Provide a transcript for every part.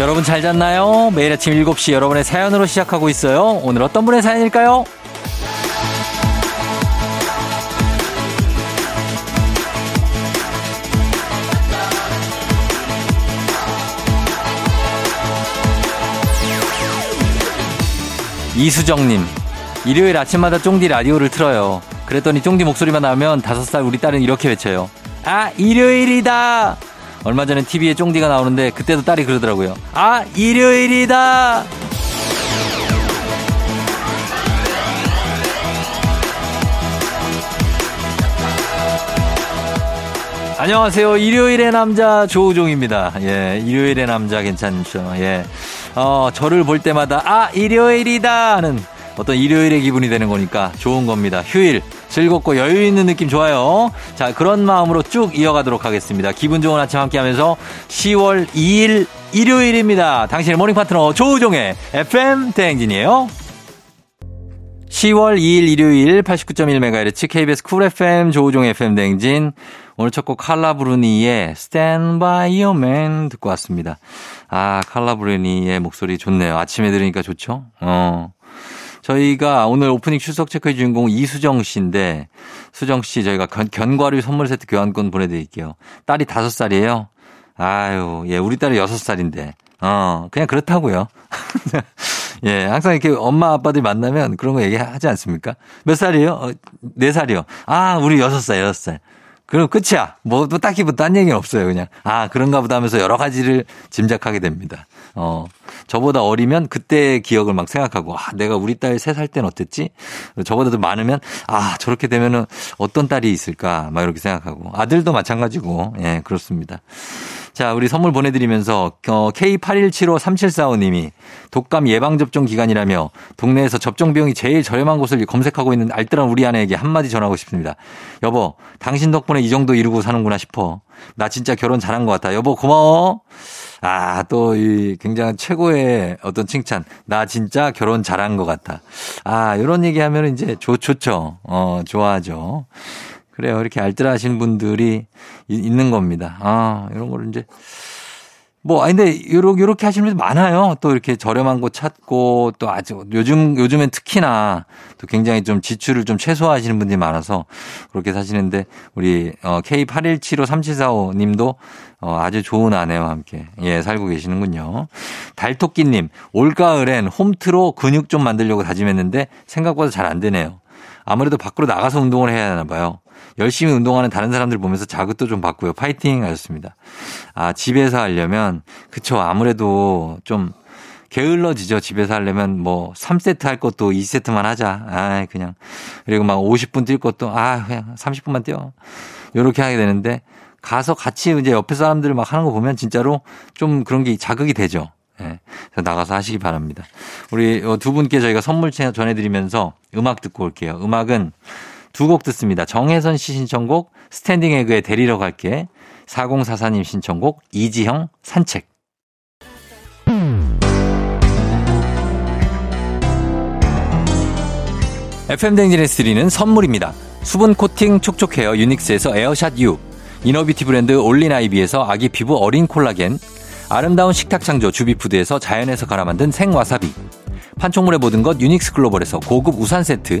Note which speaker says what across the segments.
Speaker 1: 여러분 잘 잤나요? 매일 아침 7시 여러분의 사연으로 시작하고 있어요. 오늘 어떤 분의 사연일까요? 이수정님, 일요일 아침마다 쫑디 라디오를 틀어요. 그랬더니 쫑디 목소리만 나면 다섯 살 우리 딸은 이렇게 외쳐요. 아, 일요일이다! 얼마 전에 TV에 쫑디가 나오는데 그때도 딸이 그러더라고요. 아, 일요일이다! 안녕하세요. 일요일의 남자 조우종입니다. 예, 일요일의 남자 괜찮죠. 예. 어, 저를 볼 때마다 아, 일요일이다! 하는 어떤 일요일의 기분이 되는 거니까 좋은 겁니다. 휴일. 즐겁고 여유 있는 느낌 좋아요. 자, 그런 마음으로 쭉 이어가도록 하겠습니다. 기분 좋은 아침 함께 하면서 10월 2일 일요일입니다. 당신의 모닝 파트너 조우종의 FM 대행진이에요. 10월 2일 일요일 89.1MHz KBS 쿨 FM 조우종 FM 댕진 오늘 첫 곡 칼라브루니의 Stand By Your Man 듣고 왔습니다. 아 칼라브루니의 목소리 좋네요. 아침에 들으니까 좋죠? 어. 저희가 오늘 오프닝 출석 체크의 주인공 이수정 씨인데 수정 씨 저희가 견, 견과류 선물 세트 교환권 보내드릴게요. 딸이 5살이에요. 아유 예 우리 딸이 6살인데 어 그냥 그렇다고요. 예, 항상 이렇게 엄마 아빠들 만나면 그런 거 얘기하지 않습니까? 몇 살이에요? 어, 네 살이요. 아, 우리 여섯 살, 여섯 살. 그럼 끝이야. 뭐 또 딱히 뭐딴 얘기는 없어요. 그냥 아 그런가 보다 하면서 여러 가지를 짐작하게 됩니다. 어 저보다 어리면 그때 기억을 막 생각하고 아 내가 우리 딸 세 살 땐 어땠지? 저보다도 많으면 아 저렇게 되면은 어떤 딸이 있을까 막 이렇게 생각하고 아들도 마찬가지고 예 그렇습니다. 자, 우리 선물 보내드리면서 어, K81753745님이 독감 예방접종 기간이라며 동네에서 접종 비용이 제일 저렴한 곳을 검색하고 있는 알뜰한 우리 아내에게 한마디 전하고 싶습니다. 여보, 당신 덕분에 이 정도 이루고 사는구나 싶어. 나 진짜 결혼 잘한 것 같아. 여보, 고마워. 아, 또, 이, 굉장히 최고의 어떤 칭찬. 나 진짜 결혼 잘한 것 같아. 아, 요런 얘기 하면 이제 좋, 좋죠. 어, 좋아하죠. 그래요. 이렇게 알뜰하신 분들이 이, 있는 겁니다. 아, 이런 거를 이제. 뭐, 아, 근데, 요렇게, 요렇게 하시는 분들 많아요. 또 이렇게 저렴한 곳 찾고, 또 아주, 요즘, 요즘엔 특히나 또 굉장히 좀 지출을 좀 최소화하시는 분들이 많아서 그렇게 사시는데, 우리, 어, K81753745 님도, 어, 아주 좋은 아내와 함께, 예, 살고 계시는군요. 달토끼님, 올가을엔 홈트로 근육 좀 만들려고 다짐했는데, 생각보다 잘 안 되네요. 아무래도 밖으로 나가서 운동을 해야 하나 봐요. 열심히 운동하는 다른 사람들 보면서 자극도 좀 받고요. 파이팅 하셨습니다. 아, 집에서 하려면, 그쵸. 아무래도 좀 게을러지죠. 집에서 하려면 뭐 3세트 할 것도 2세트만 하자. 아, 그냥. 그리고 막 50분 뛸 것도, 아, 그냥 30분만 뛰어. 요렇게 하게 되는데, 가서 같이 이제 옆에 사람들 막 하는 거 보면 진짜로 좀 그런 게 자극이 되죠. 예. 나가서 하시기 바랍니다. 우리 어, 두 분께 저희가 선물 전해드리면서 음악 듣고 올게요. 음악은 두 곡 듣습니다. 정혜선 씨 신청곡 스탠딩 에그의 데리러 갈게 4044님 신청곡 이지형 산책 FM 댕진에스 드리는 선물입니다. 수분 코팅 촉촉해요 유닉스에서 에어샷 U 이너비티 브랜드 올린 아이비에서 아기 피부 어린 콜라겐 아름다운 식탁 창조 주비푸드에서 자연에서 갈아 만든 생와사비 판촉물의 모든 것 유닉스 글로벌에서 고급 우산 세트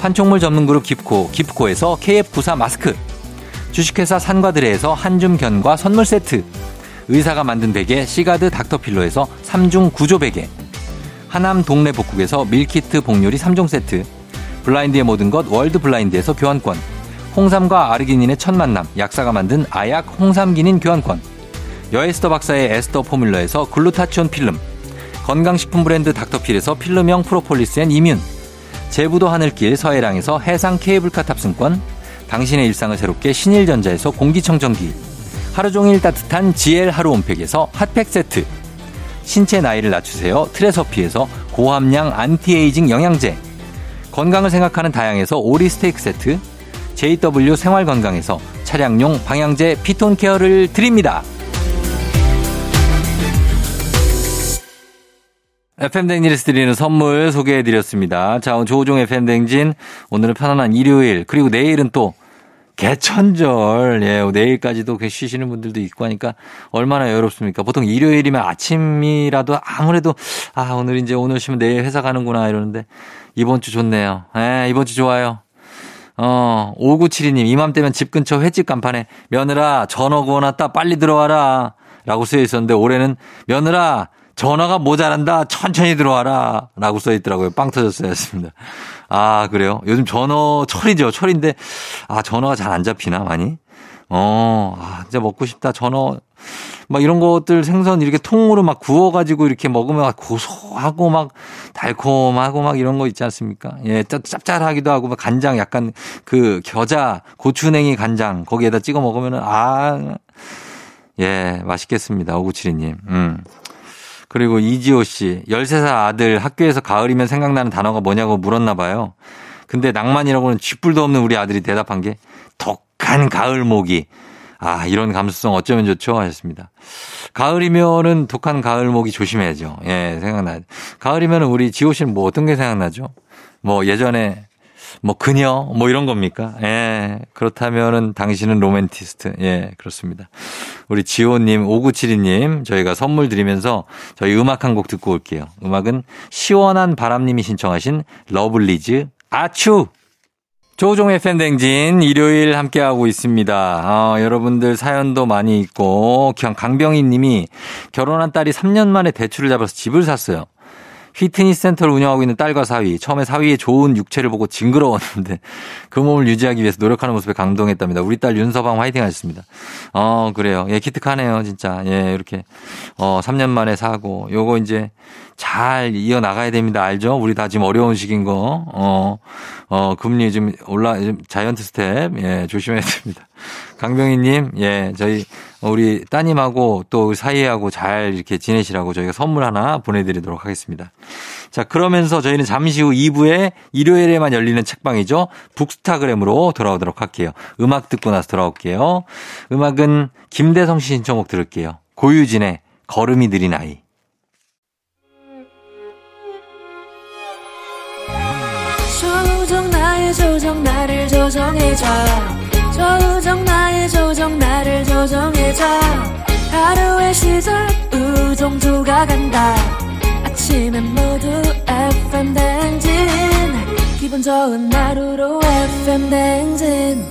Speaker 1: 판촉물 전문 그룹 깁코 깁코에서 KF94 마스크 주식회사 산과들레에서 한줌 견과 선물 세트 의사가 만든 베개 시가드 닥터필로에서 3중 구조 베개 하남 동네 복국에서 밀키트 복요리 3종 세트 블라인드의 모든 것 월드 블라인드에서 교환권 홍삼과 아르기닌의 첫 만남 약사가 만든 아약 홍삼기닌 교환권 여에스터 박사의 에스터 포뮬러에서 글루타치온 필름, 건강식품 브랜드 닥터필에서 필름형 프로폴리스 앤 이뮨, 제부도 하늘길 서해랑에서 해상 케이블카 탑승권, 당신의 일상을 새롭게 신일전자에서 공기청정기, 하루 종일 따뜻한 GL 하루 온팩에서 핫팩 세트, 신체 나이를 낮추세요. 트레서피에서 고함량 안티에이징 영양제. 건강을 생각하는 다양에서 오리 스테이크 세트. JW 생활건강에서 차량용 방향제 피톤 케어를 드립니다. FM 댕진에서 드리는 선물 소개해드렸습니다. 자, 오늘 조우종 FM 댕진. 오늘은 편안한 일요일. 그리고 내일은 또 개천절. 예, 내일까지도 그 쉬시는 분들도 있고 하니까 얼마나 여롭습니까? 보통 일요일이면 아침이라도 아무래도 아, 오늘 이제 오늘 쉬면 내일 회사 가는구나 이러는데 이번 주 좋네요. 예, 이번 주 좋아요. 어, 5972님, 이맘때면 집 근처 횟집 간판에 며느라 전화고 오놨다 빨리 들어와라. 라고 쓰여 있었는데 올해는 며느라 전화가 모자란다. 천천히 들어와라. 라고 써 있더라고요. 빵 터졌어야 했습니다. 아, 그래요? 요즘 전어 철이죠. 철인데, 아, 전어가 잘 안 잡히나, 많이? 어, 아, 진짜 먹고 싶다. 전어. 막 이런 것들 생선 이렇게 통으로 막 구워가지고 이렇게 먹으면 막 고소하고 막 달콤하고 막 이런 거 있지 않습니까? 예, 짭- 짭짤하기도 하고 막 간장 약간 그 겨자, 고추냉이 간장 거기에다 찍어 먹으면은 아, 예, 맛있겠습니다. 5972님. 음. 그리고 이지호 씨, 13살 아들 학교에서 가을이면 생각나는 단어가 뭐냐고 물었나 봐요. 근데 낭만이라고는 쥐뿔도 없는 우리 아들이 대답한 게 독한 가을 모기. 아, 이런 감수성 어쩌면 좋죠? 하셨습니다. 가을이면은 독한 가을 모기 조심해야죠. 예, 생각나. 가을이면은 우리 지호 씨는 뭐 어떤 게 생각나죠? 뭐 예전에 뭐 그녀 뭐 이런 겁니까? 예. 그렇다면은 당신은 로맨티스트. 예, 그렇습니다. 우리 지호 님, 5972 님, 저희가 선물 드리면서 저희 음악 한 곡 듣고 올게요. 음악은 시원한 바람 님이 신청하신 러블리즈 아츄 조종의 팬댕진 일요일 함께하고 있습니다. 아, 여러분들 사연도 많이 있고 그냥 강병희 님이 결혼한 딸이 3년 만에 대출을 잡아서 집을 샀어요. 피트니스 센터를 운영하고 있는 딸과 사위. 처음에 사위의 좋은 육체를 보고 징그러웠는데 그 몸을 유지하기 위해서 노력하는 모습에 감동했답니다. 우리 딸 윤서방 화이팅 하셨습니다. 어, 그래요. 예, 기특하네요, 진짜. 예, 이렇게 어, 3년 만에 사고 요거 이제 잘 이어 나가야 됩니다. 알죠? 우리 다 지금 어려운 시기인 거. 어. 어, 금리 지금 올라 지금 자이언트 스텝. 예, 조심해야 됩니다. 강병희 님, 예, 저희 우리 따님하고 또그 사이하고 잘 이렇게 지내시라고 저희가 선물 하나 보내드리도록 하겠습니다. 자, 그러면서 저희는 잠시 후 2부에 일요일에만 열리는 책방이죠. 북스타그램으로 돌아오도록 할게요. 음악 듣고 나서 돌아올게요. 음악은 김대성 씨 신청곡 들을게요. 고유진의 걸음이 느린 아이.
Speaker 2: 조정 나의 조정 나를 조정해줘 조정 나의 조정 나를 조정해줘 하루의 시절 우정조가 간다 아침엔 모두 FM 댕진 기분 좋은 하루로 FM 댕진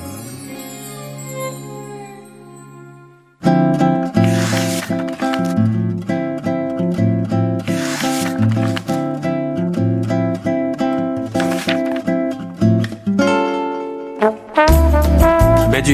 Speaker 1: 매주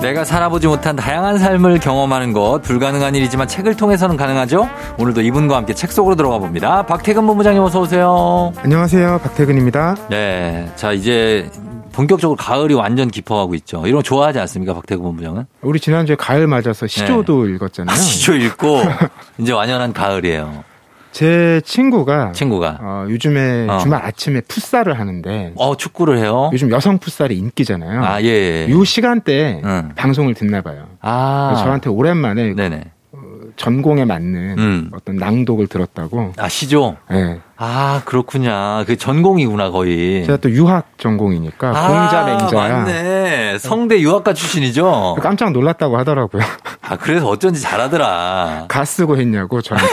Speaker 1: 내가 살아보지 못한 다양한 삶을 경험하는 것 불가능한 일이지만 책을 통해서는 가능하죠. 오늘도 이분과 함께 책 속으로 들어가 봅니다. 박태근 본부장님 어서 오세요.
Speaker 3: 안녕하세요, 박태근입니다.
Speaker 1: 네, 자 이제 본격적으로 가을이 완전 깊어가고 있죠. 이런 거 좋아하지 않습니까, 박태근 본부장은?
Speaker 3: 우리 지난주에 가을 맞아서 시조도 읽었잖아요.
Speaker 1: 네. 시조 읽고 이제 완연한 가을이에요.
Speaker 3: 제 친구가
Speaker 1: 친구가
Speaker 3: 어, 요즘에
Speaker 1: 어.
Speaker 3: 주말 아침에 풋살을 하는데
Speaker 1: 어 축구를 해요.
Speaker 3: 요즘 여성 풋살이 인기잖아요.
Speaker 1: 아 예. 예.
Speaker 3: 요 시간대에
Speaker 1: 응.
Speaker 3: 방송을 듣나 봐요.
Speaker 1: 아
Speaker 3: 그래서 저한테 오랜만에
Speaker 1: 네네.
Speaker 3: 전공에 맞는
Speaker 1: 음.
Speaker 3: 어떤 낭독을 들었다고.
Speaker 1: 아 시조.
Speaker 3: 예.
Speaker 1: 아 그렇군요. 그 전공이구나 거의.
Speaker 3: 제가 또 유학 전공이니까 아, 공자
Speaker 1: 아,
Speaker 3: 맹자
Speaker 1: 예. 맞네. 성대 유학과 출신이죠.
Speaker 3: 깜짝 놀랐다고 하더라고요.
Speaker 1: 아 그래서 어쩐지 잘하더라.
Speaker 3: 가 쓰고 했냐고 저한테.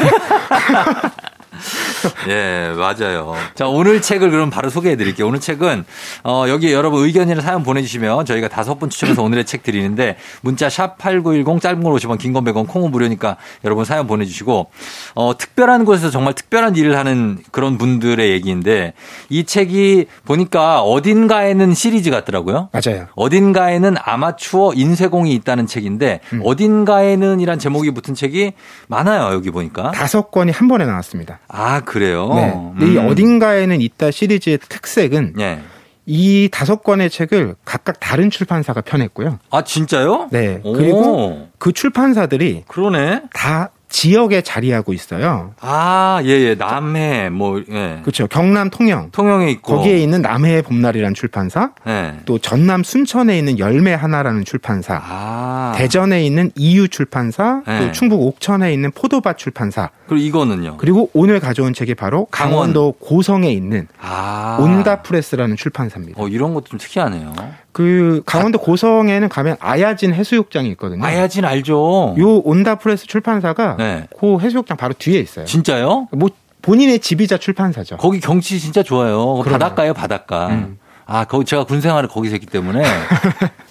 Speaker 1: 예, 맞아요. 자, 오늘 책을 그럼 바로 소개해 드릴게요. 오늘 책은, 어, 여기 여러분 의견이나 사연 보내주시면 저희가 다섯 분 추첨해서 오늘의 책 드리는데 문자 샵8910 짧은 걸 50원, 긴 건 100원, 콩은 무료니까 여러분 사연 보내주시고, 어, 특별한 곳에서 정말 특별한 일을 하는 그런 분들의 얘기인데 이 책이 보니까 어딘가에는 시리즈 같더라고요.
Speaker 3: 맞아요.
Speaker 1: 어딘가에는 아마추어 인쇄공이 있다는 책인데
Speaker 3: 음.
Speaker 1: 어딘가에는이란 제목이 붙은 책이 많아요 여기 보니까
Speaker 3: 다섯 권이 한 번에 나왔습니다.
Speaker 1: 아 그래요
Speaker 3: 네. 근데 이
Speaker 1: 음.
Speaker 3: 어딘가에는 있다 시리즈의 특색은
Speaker 1: 예.
Speaker 3: 이 다섯 권의 책을 각각 다른 출판사가 펴냈고요.
Speaker 1: 아 진짜요
Speaker 3: 네.
Speaker 1: 오,
Speaker 3: 그리고 그 출판사들이
Speaker 1: 그러네
Speaker 3: 다 지역에 자리하고 있어요.
Speaker 1: 아 예예 남해 뭐 예.
Speaker 3: 그렇죠. 경남 통영
Speaker 1: 통영에 있고
Speaker 3: 거기에 있는 남해의 봄날이라는 출판사,
Speaker 1: 예.
Speaker 3: 또 전남 순천에 있는 열매 하나라는 출판사,
Speaker 1: 아
Speaker 3: 대전에 있는 이유 출판사,
Speaker 1: 네.
Speaker 3: 또 충북 옥천에 있는 포도밭 출판사,
Speaker 1: 그리고 이거는요
Speaker 3: 그리고 오늘 가져온 책이 바로 강원도 고성에 있는
Speaker 1: 아
Speaker 3: 온다 프레스라는 출판사입니다.
Speaker 1: 어 이런 것도 좀 특이하네요
Speaker 3: 그 강원도 고성에는 가면 아야진 해수욕장이 있거든요.
Speaker 1: 아야진 알죠
Speaker 3: 네. 요 온다 프레스 출판사가
Speaker 1: 네.
Speaker 3: 그 해수욕장 바로 뒤에 있어요.
Speaker 1: 진짜요
Speaker 3: 뭐 본인의 집이자 출판사죠.
Speaker 1: 거기 경치 진짜 좋아요.
Speaker 3: 그러네요.
Speaker 1: 바닷가예요, 바닷가.
Speaker 3: 음.
Speaker 1: 아, 거기 제가 군 생활을 거기서 했기 때문에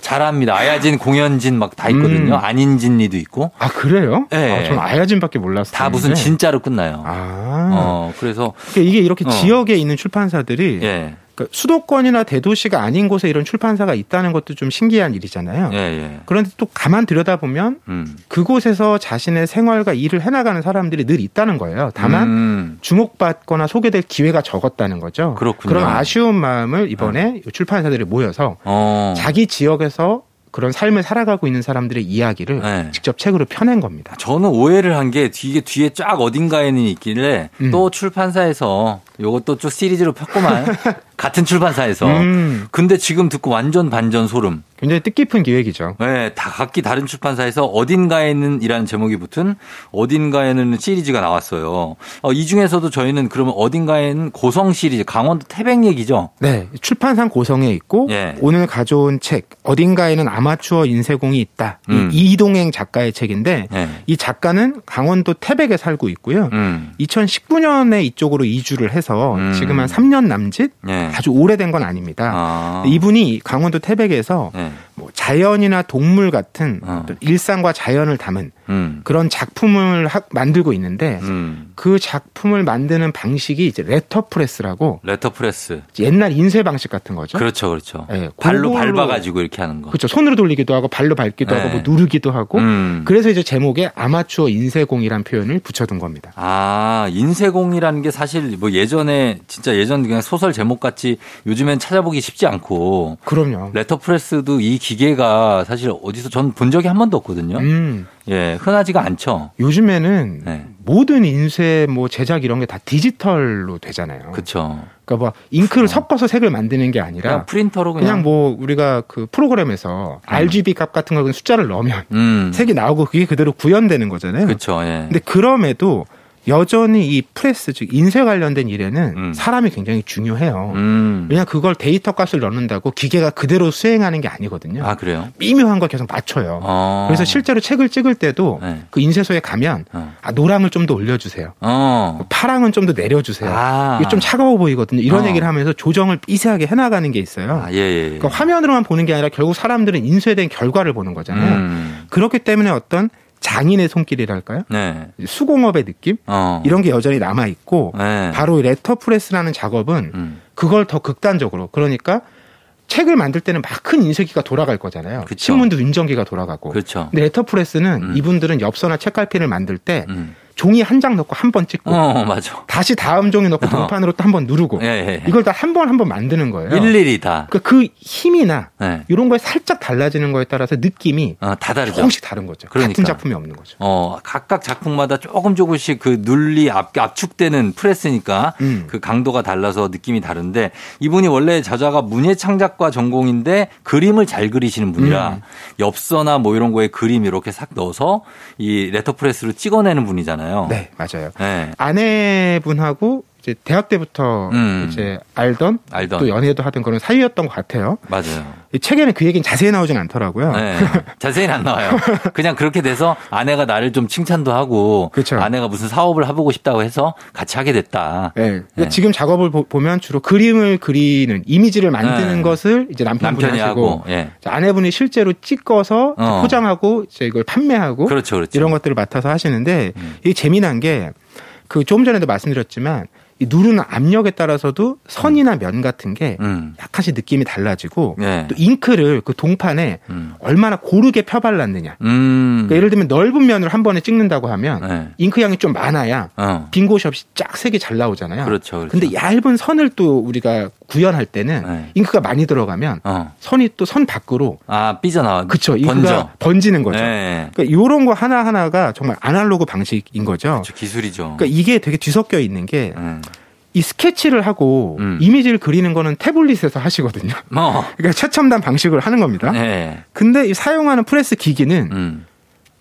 Speaker 1: 잘합니다. 아야진, 공연진 막 다 있거든요.
Speaker 3: 음.
Speaker 1: 안인진리도 있고
Speaker 3: 아 그래요?
Speaker 1: 네.
Speaker 3: 아, 전 아야진밖에 몰랐어요.
Speaker 1: 다 무슨 진짜로 끝나요.
Speaker 3: 네. 아.
Speaker 1: 어, 그래서
Speaker 3: 그러니까 이게 이렇게
Speaker 1: 어.
Speaker 3: 지역에 있는 출판사들이
Speaker 1: 예,
Speaker 3: 그러니까 수도권이나 대도시가 아닌 곳에 이런 출판사가 있다는 것도 좀 신기한 일이잖아요.
Speaker 1: 예, 예.
Speaker 3: 그런데 또 가만 들여다보면
Speaker 1: 음.
Speaker 3: 그곳에서 자신의 생활과 일을 해나가는 사람들이 늘 있다는 거예요. 다만
Speaker 1: 음.
Speaker 3: 주목받거나 소개될 기회가 적었다는 거죠.
Speaker 1: 그렇군요. 네.
Speaker 3: 런 아쉬운 마음을 이번에 이 출판사들이 모여서
Speaker 1: 어.
Speaker 3: 자기 지역에서 그런 삶을 살아가고 있는 사람들의 이야기를
Speaker 1: 네. 그렇죠.
Speaker 3: 직접 책으로 펴낸 겁니다.
Speaker 1: 저는 오해를 한 게 뒤에 뒤에 쫙 어딘가에는 있길래
Speaker 3: 음.
Speaker 1: 또 출판사에서 요것도 좀 시리즈로 폈구만. 같은 출판사에서.
Speaker 3: 음.
Speaker 1: 근데 지금 듣고 완전 반전 소름.
Speaker 3: 굉장히 뜻깊은 기획이죠.
Speaker 1: 네, 다 각기 다른 출판사에서 어딘가에는 이라는 제목이 붙은 어딘가에는 시리즈가 나왔어요. 어, 이 중에서도 저희는 그러면 어딘가에는 고성 시리즈, 강원도 태백 얘기죠?
Speaker 3: 네, 출판상 고성에 있고
Speaker 1: 예.
Speaker 3: 오늘 가져온 책 어딘가에는 아마추어 인쇄공이 있다. 이
Speaker 1: 음.
Speaker 3: 이동행 작가의 책인데
Speaker 1: 네.
Speaker 3: 이 작가는 강원도 태백에 살고 있고요.
Speaker 1: 음.
Speaker 3: 2019년에 이쪽으로 이주를 해서
Speaker 1: 음.
Speaker 3: 지금 한 3년 남짓
Speaker 1: 네.
Speaker 3: 아주 오래된 건 아닙니다.
Speaker 1: 아.
Speaker 3: 이분이 강원도 태백에서
Speaker 1: 네.
Speaker 3: 뭐 자연이나 동물 같은
Speaker 1: 어.
Speaker 3: 또 일상과 자연을 담은
Speaker 1: 음.
Speaker 3: 그런 작품을 하- 만들고 있는데
Speaker 1: 음.
Speaker 3: 그 작품을 만드는 방식이 이제 레터프레스라고
Speaker 1: 레터프레스.
Speaker 3: 옛날 인쇄 방식 같은 거죠.
Speaker 1: 그렇죠, 그렇죠.
Speaker 3: 예,
Speaker 1: 발로
Speaker 3: 골고루-
Speaker 1: 밟아가지고 이렇게 하는 거.
Speaker 3: 그렇죠. 손으로 돌리기도 하고 발로 밟기도
Speaker 1: 네.
Speaker 3: 하고 뭐 누르기도 하고
Speaker 1: 음.
Speaker 3: 그래서 이제 제목에 아마추어 인쇄공이란 표현을 붙여둔 겁니다.
Speaker 1: 아, 인쇄공이라는 게 사실 뭐 예전에 진짜 예전 그냥 소설 제목 같이 요즘엔 찾아보기 쉽지 않고
Speaker 3: 그럼요.
Speaker 1: 네. 레터프레스도 이 기계가 사실 어디서 전 본 적이 한 번도 없거든요.
Speaker 3: 음,
Speaker 1: 예, 흔하지가 않죠.
Speaker 3: 요즘에는
Speaker 1: 네.
Speaker 3: 모든 인쇄 뭐 제작 이런 게 다 디지털로 되잖아요. 그,
Speaker 1: 그쵸.
Speaker 3: 러니까뭐 잉크를
Speaker 1: 어.
Speaker 3: 섞어서 색을 만드는 게
Speaker 1: 그냥
Speaker 3: 아니라
Speaker 1: 프린터로
Speaker 3: 그러니까
Speaker 1: 그냥.
Speaker 3: 그냥, 뭐 우리가 그 프로그램에서 RGB 값 같은 거 그냥 숫자를 넣으면
Speaker 1: 음.
Speaker 3: 색이 나오고 그게 그대로 구현되는 거잖아요.
Speaker 1: 그쵸, 예.
Speaker 3: 근데 그럼에도 여전히 이 프레스 즉 인쇄 관련된 일에는
Speaker 1: 음.
Speaker 3: 사람이 굉장히 중요해요.
Speaker 1: 음.
Speaker 3: 왜냐 그걸 데이터 값을 넣는다고 기계가 그대로 수행하는 게 아니거든요.
Speaker 1: 아, 그래요?
Speaker 3: 미묘한 걸 계속 맞춰요.
Speaker 1: 어.
Speaker 3: 그래서 실제로 책을 찍을 때도
Speaker 1: 네.
Speaker 3: 그 인쇄소에 가면
Speaker 1: 어.
Speaker 3: 아, 노랑을 좀 더 올려주세요. 뭐
Speaker 1: 어.
Speaker 3: 파랑은 좀 더 내려주세요.
Speaker 1: 아.
Speaker 3: 이게 좀 차가워 보이거든요. 이런
Speaker 1: 어.
Speaker 3: 얘기를 하면서 조정을 미세하게 해나가는 게 있어요.
Speaker 1: 아, 예, 예. 예.
Speaker 3: 그러니까 화면으로만 보는 게 아니라 결국 사람들은 인쇄된 결과를 보는 거잖아요.
Speaker 1: 음.
Speaker 3: 그렇기 때문에 어떤 장인의 손길이랄까요?
Speaker 1: 네.
Speaker 3: 수공업의 느낌?
Speaker 1: 어.
Speaker 3: 이런 게 여전히 남아 있고
Speaker 1: 네.
Speaker 3: 바로 이 레터프레스라는 작업은
Speaker 1: 음.
Speaker 3: 그걸 더 극단적으로 그러니까 책을 만들 때는 막 큰 인쇄기가 돌아갈 거잖아요.
Speaker 1: 그쵸.
Speaker 3: 신문도 인정기가 돌아가고.
Speaker 1: 그렇죠.
Speaker 3: 근데 레터프레스는
Speaker 1: 음.
Speaker 3: 이분들은 엽서나 책갈피를 만들 때
Speaker 1: 음.
Speaker 3: 종이 한 장 넣고 한 번 찍고
Speaker 1: 어, 맞아.
Speaker 3: 다시 다음 종이 넣고
Speaker 1: 어.
Speaker 3: 동판으로 또 한 번 누르고
Speaker 1: 예, 예. 예.
Speaker 3: 이걸 다 한 번 한 번 만드는 거예요.
Speaker 1: 일일이 다.
Speaker 3: 그러니까 그 힘이나
Speaker 1: 네.
Speaker 3: 이런 거에 살짝 달라지는 거에 따라서 느낌이
Speaker 1: 어, 다 다르죠.
Speaker 3: 조금씩 다른 거죠.
Speaker 1: 그러니까.
Speaker 3: 같은 작품이 없는 거죠.
Speaker 1: 어, 각각 작품마다 조금 조금씩 그 눌리 압, 압축되는 프레스니까
Speaker 3: 음.
Speaker 1: 그 강도가 달라서 느낌이 다른데 이분이 원래 저자가 문예 창작과 전공인데 그림을 잘 그리시는 분이라
Speaker 3: 음.
Speaker 1: 엽서나 뭐 이런 거에 그림 이렇게 싹 넣어서 이 레터프레스로 찍어내는 분이잖아요.
Speaker 3: 네, 맞아요.
Speaker 1: 네.
Speaker 3: 아내분하고 이제 대학 때부터
Speaker 1: 음.
Speaker 3: 이제 알던
Speaker 1: 알던.
Speaker 3: 또 연애도 하던 그런 사이였던 것 같아요.
Speaker 1: 맞아요.
Speaker 3: 이 책에는 그 얘기는 자세히 나오진 않더라고요.
Speaker 1: 네. 자세히는 안 나와요. 그냥 그렇게 돼서 아내가 나를 좀 칭찬도 하고
Speaker 3: 그쵸.
Speaker 1: 아내가 무슨 사업을 해보고 싶다고 해서 같이 하게 됐다.
Speaker 3: 예. 그러니까
Speaker 1: 네.
Speaker 3: 지금 작업을 보, 면 주로 그림을 그리는 이미지를 만드는
Speaker 1: 네.
Speaker 3: 것을 이제 남편분이,
Speaker 1: 남편이 하고.
Speaker 3: 하시고
Speaker 1: 예.
Speaker 3: 이제 아내분이 실제로 찍어서
Speaker 1: 어.
Speaker 3: 포장하고 이제 이걸 판매하고
Speaker 1: 그렇죠, 그렇죠.
Speaker 3: 이런 것들을 맡아서 하시는데
Speaker 1: 음.
Speaker 3: 이게 재미난 게 그 조금 전에도 말씀드렸지만 이 누르는 압력에 따라서도 선이나 면 같은 게
Speaker 1: 음.
Speaker 3: 약간씩 느낌이 달라지고
Speaker 1: 예.
Speaker 3: 또 잉크를 그 동판에
Speaker 1: 음.
Speaker 3: 얼마나 고르게 펴발랐느냐.
Speaker 1: 음.
Speaker 3: 그러니까 예를 들면 넓은 면을 한 번에 찍는다고 하면
Speaker 1: 네.
Speaker 3: 잉크 양이 좀 많아야
Speaker 1: 어.
Speaker 3: 빈 곳이 없이 쫙 색이 잘 나오잖아요.
Speaker 1: 그렇죠, 그렇죠.
Speaker 3: 근데 얇은 선을 또 우리가 구현할 때는
Speaker 1: 네.
Speaker 3: 잉크가 많이 들어가면
Speaker 1: 어.
Speaker 3: 선이 또 선 밖으로
Speaker 1: 아, 삐져나와.
Speaker 3: 그쵸
Speaker 1: 번져. 예,
Speaker 3: 잉크가 번지. 는 거죠.
Speaker 1: 네.
Speaker 3: 그러니까 이런 거 하나 하나가 정말 아날로그 방식인 거죠.
Speaker 1: 그렇죠. 기술이죠.
Speaker 3: 그러니까 이게 되게 뒤섞여 있는 게 이
Speaker 1: 음.
Speaker 3: 스케치를 하고
Speaker 1: 음.
Speaker 3: 이미지를 그리는 거는 태블릿에서 하시거든요.
Speaker 1: 어.
Speaker 3: 그러니까 최첨단 방식으로 하는 겁니다.
Speaker 1: 네.
Speaker 3: 근데 이 사용하는 프레스 기기는
Speaker 1: 음.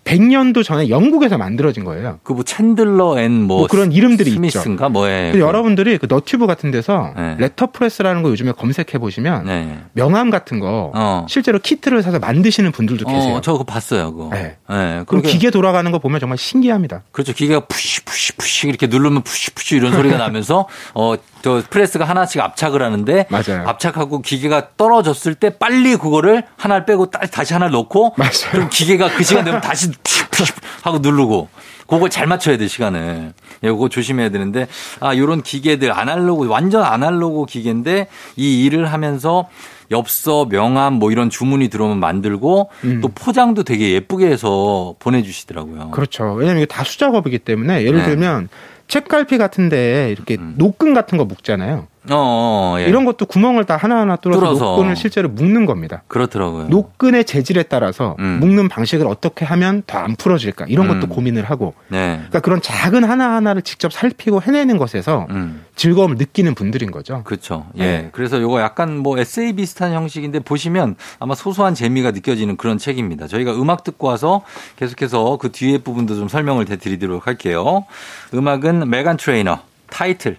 Speaker 3: 100년도 전에 영국에서 만들어진 거예요.
Speaker 1: 그 뭐 챈들러 앤 뭐
Speaker 3: 뭐 그런 이름들이
Speaker 1: 스미스인가 뭐에
Speaker 3: 근데 여러분들이 그 너튜브 같은 데서
Speaker 1: 네.
Speaker 3: 레터 프레스라는 거 요즘에 검색해 보시면
Speaker 1: 네.
Speaker 3: 명함 같은 거
Speaker 1: 어.
Speaker 3: 실제로 키트를 사서 만드시는 분들도 계세요.
Speaker 1: 어, 저 그거 봤어요, 그거.
Speaker 3: 네.
Speaker 1: 네,
Speaker 3: 그럼
Speaker 1: 그게-
Speaker 3: 기계 돌아가는 거 보면 정말 신기합니다.
Speaker 1: 그렇죠. 기계가 푸시 푸시 푸시 이렇게 누르면 푸시 푸시 이런 소리가 나면서 어 저 프레스가 하나씩 압착을 하는데
Speaker 3: 맞아요.
Speaker 1: 압착하고 기계가 떨어졌을 때 빨리 그거를 하나를 빼고 따- 다시 하나를 넣고
Speaker 3: 맞아요.
Speaker 1: 그럼 기계가 그 시간 되면 다시 푸시 푸시 하고 누르고 그걸 잘 맞춰야 돼 시간을. 예, 그거 조심해야 되는데 아 요런 기계들 아날로그 완전 아날로그 기계인데 이 일을 하면서 엽서, 명함 뭐 이런 주문이 들어오면 만들고
Speaker 3: 음.
Speaker 1: 또 포장도 되게 예쁘게 해서 보내주시더라고요.
Speaker 3: 그렇죠. 왜냐면 이게 다 수작업이기 때문에 예를
Speaker 1: 네. 음.
Speaker 3: 들면 책갈피 같은데 이렇게 노끈 같은 거 묶잖아요.
Speaker 1: 어, 어, 예.
Speaker 3: 이런 것도 구멍을 다 하나하나 뚫어서,
Speaker 1: 뚫어서.
Speaker 3: 노끈을 실제로 묶는 겁니다.
Speaker 1: 그렇더라고요.
Speaker 3: 노끈의 재질에 따라서
Speaker 1: 음.
Speaker 3: 묶는 방식을 어떻게 하면 더 안 풀어질까 이런 것도
Speaker 1: 음.
Speaker 3: 고민을 하고
Speaker 1: 네.
Speaker 3: 그러니까 그런 작은 하나하나를 직접 살피고 해내는 것에서
Speaker 1: 음.
Speaker 3: 즐거움을 느끼는 분들인 거죠.
Speaker 1: 그렇죠. 예.
Speaker 3: 네.
Speaker 1: 그래서 요거 약간 뭐 에세이 비슷한 형식인데 보시면 아마 소소한 재미가 느껴지는 그런 책입니다. 저희가 음악 듣고 와서 계속해서 그 뒤에 부분도 좀 설명을 해 드리도록 할게요. 음악은 메간 트레이너 타이틀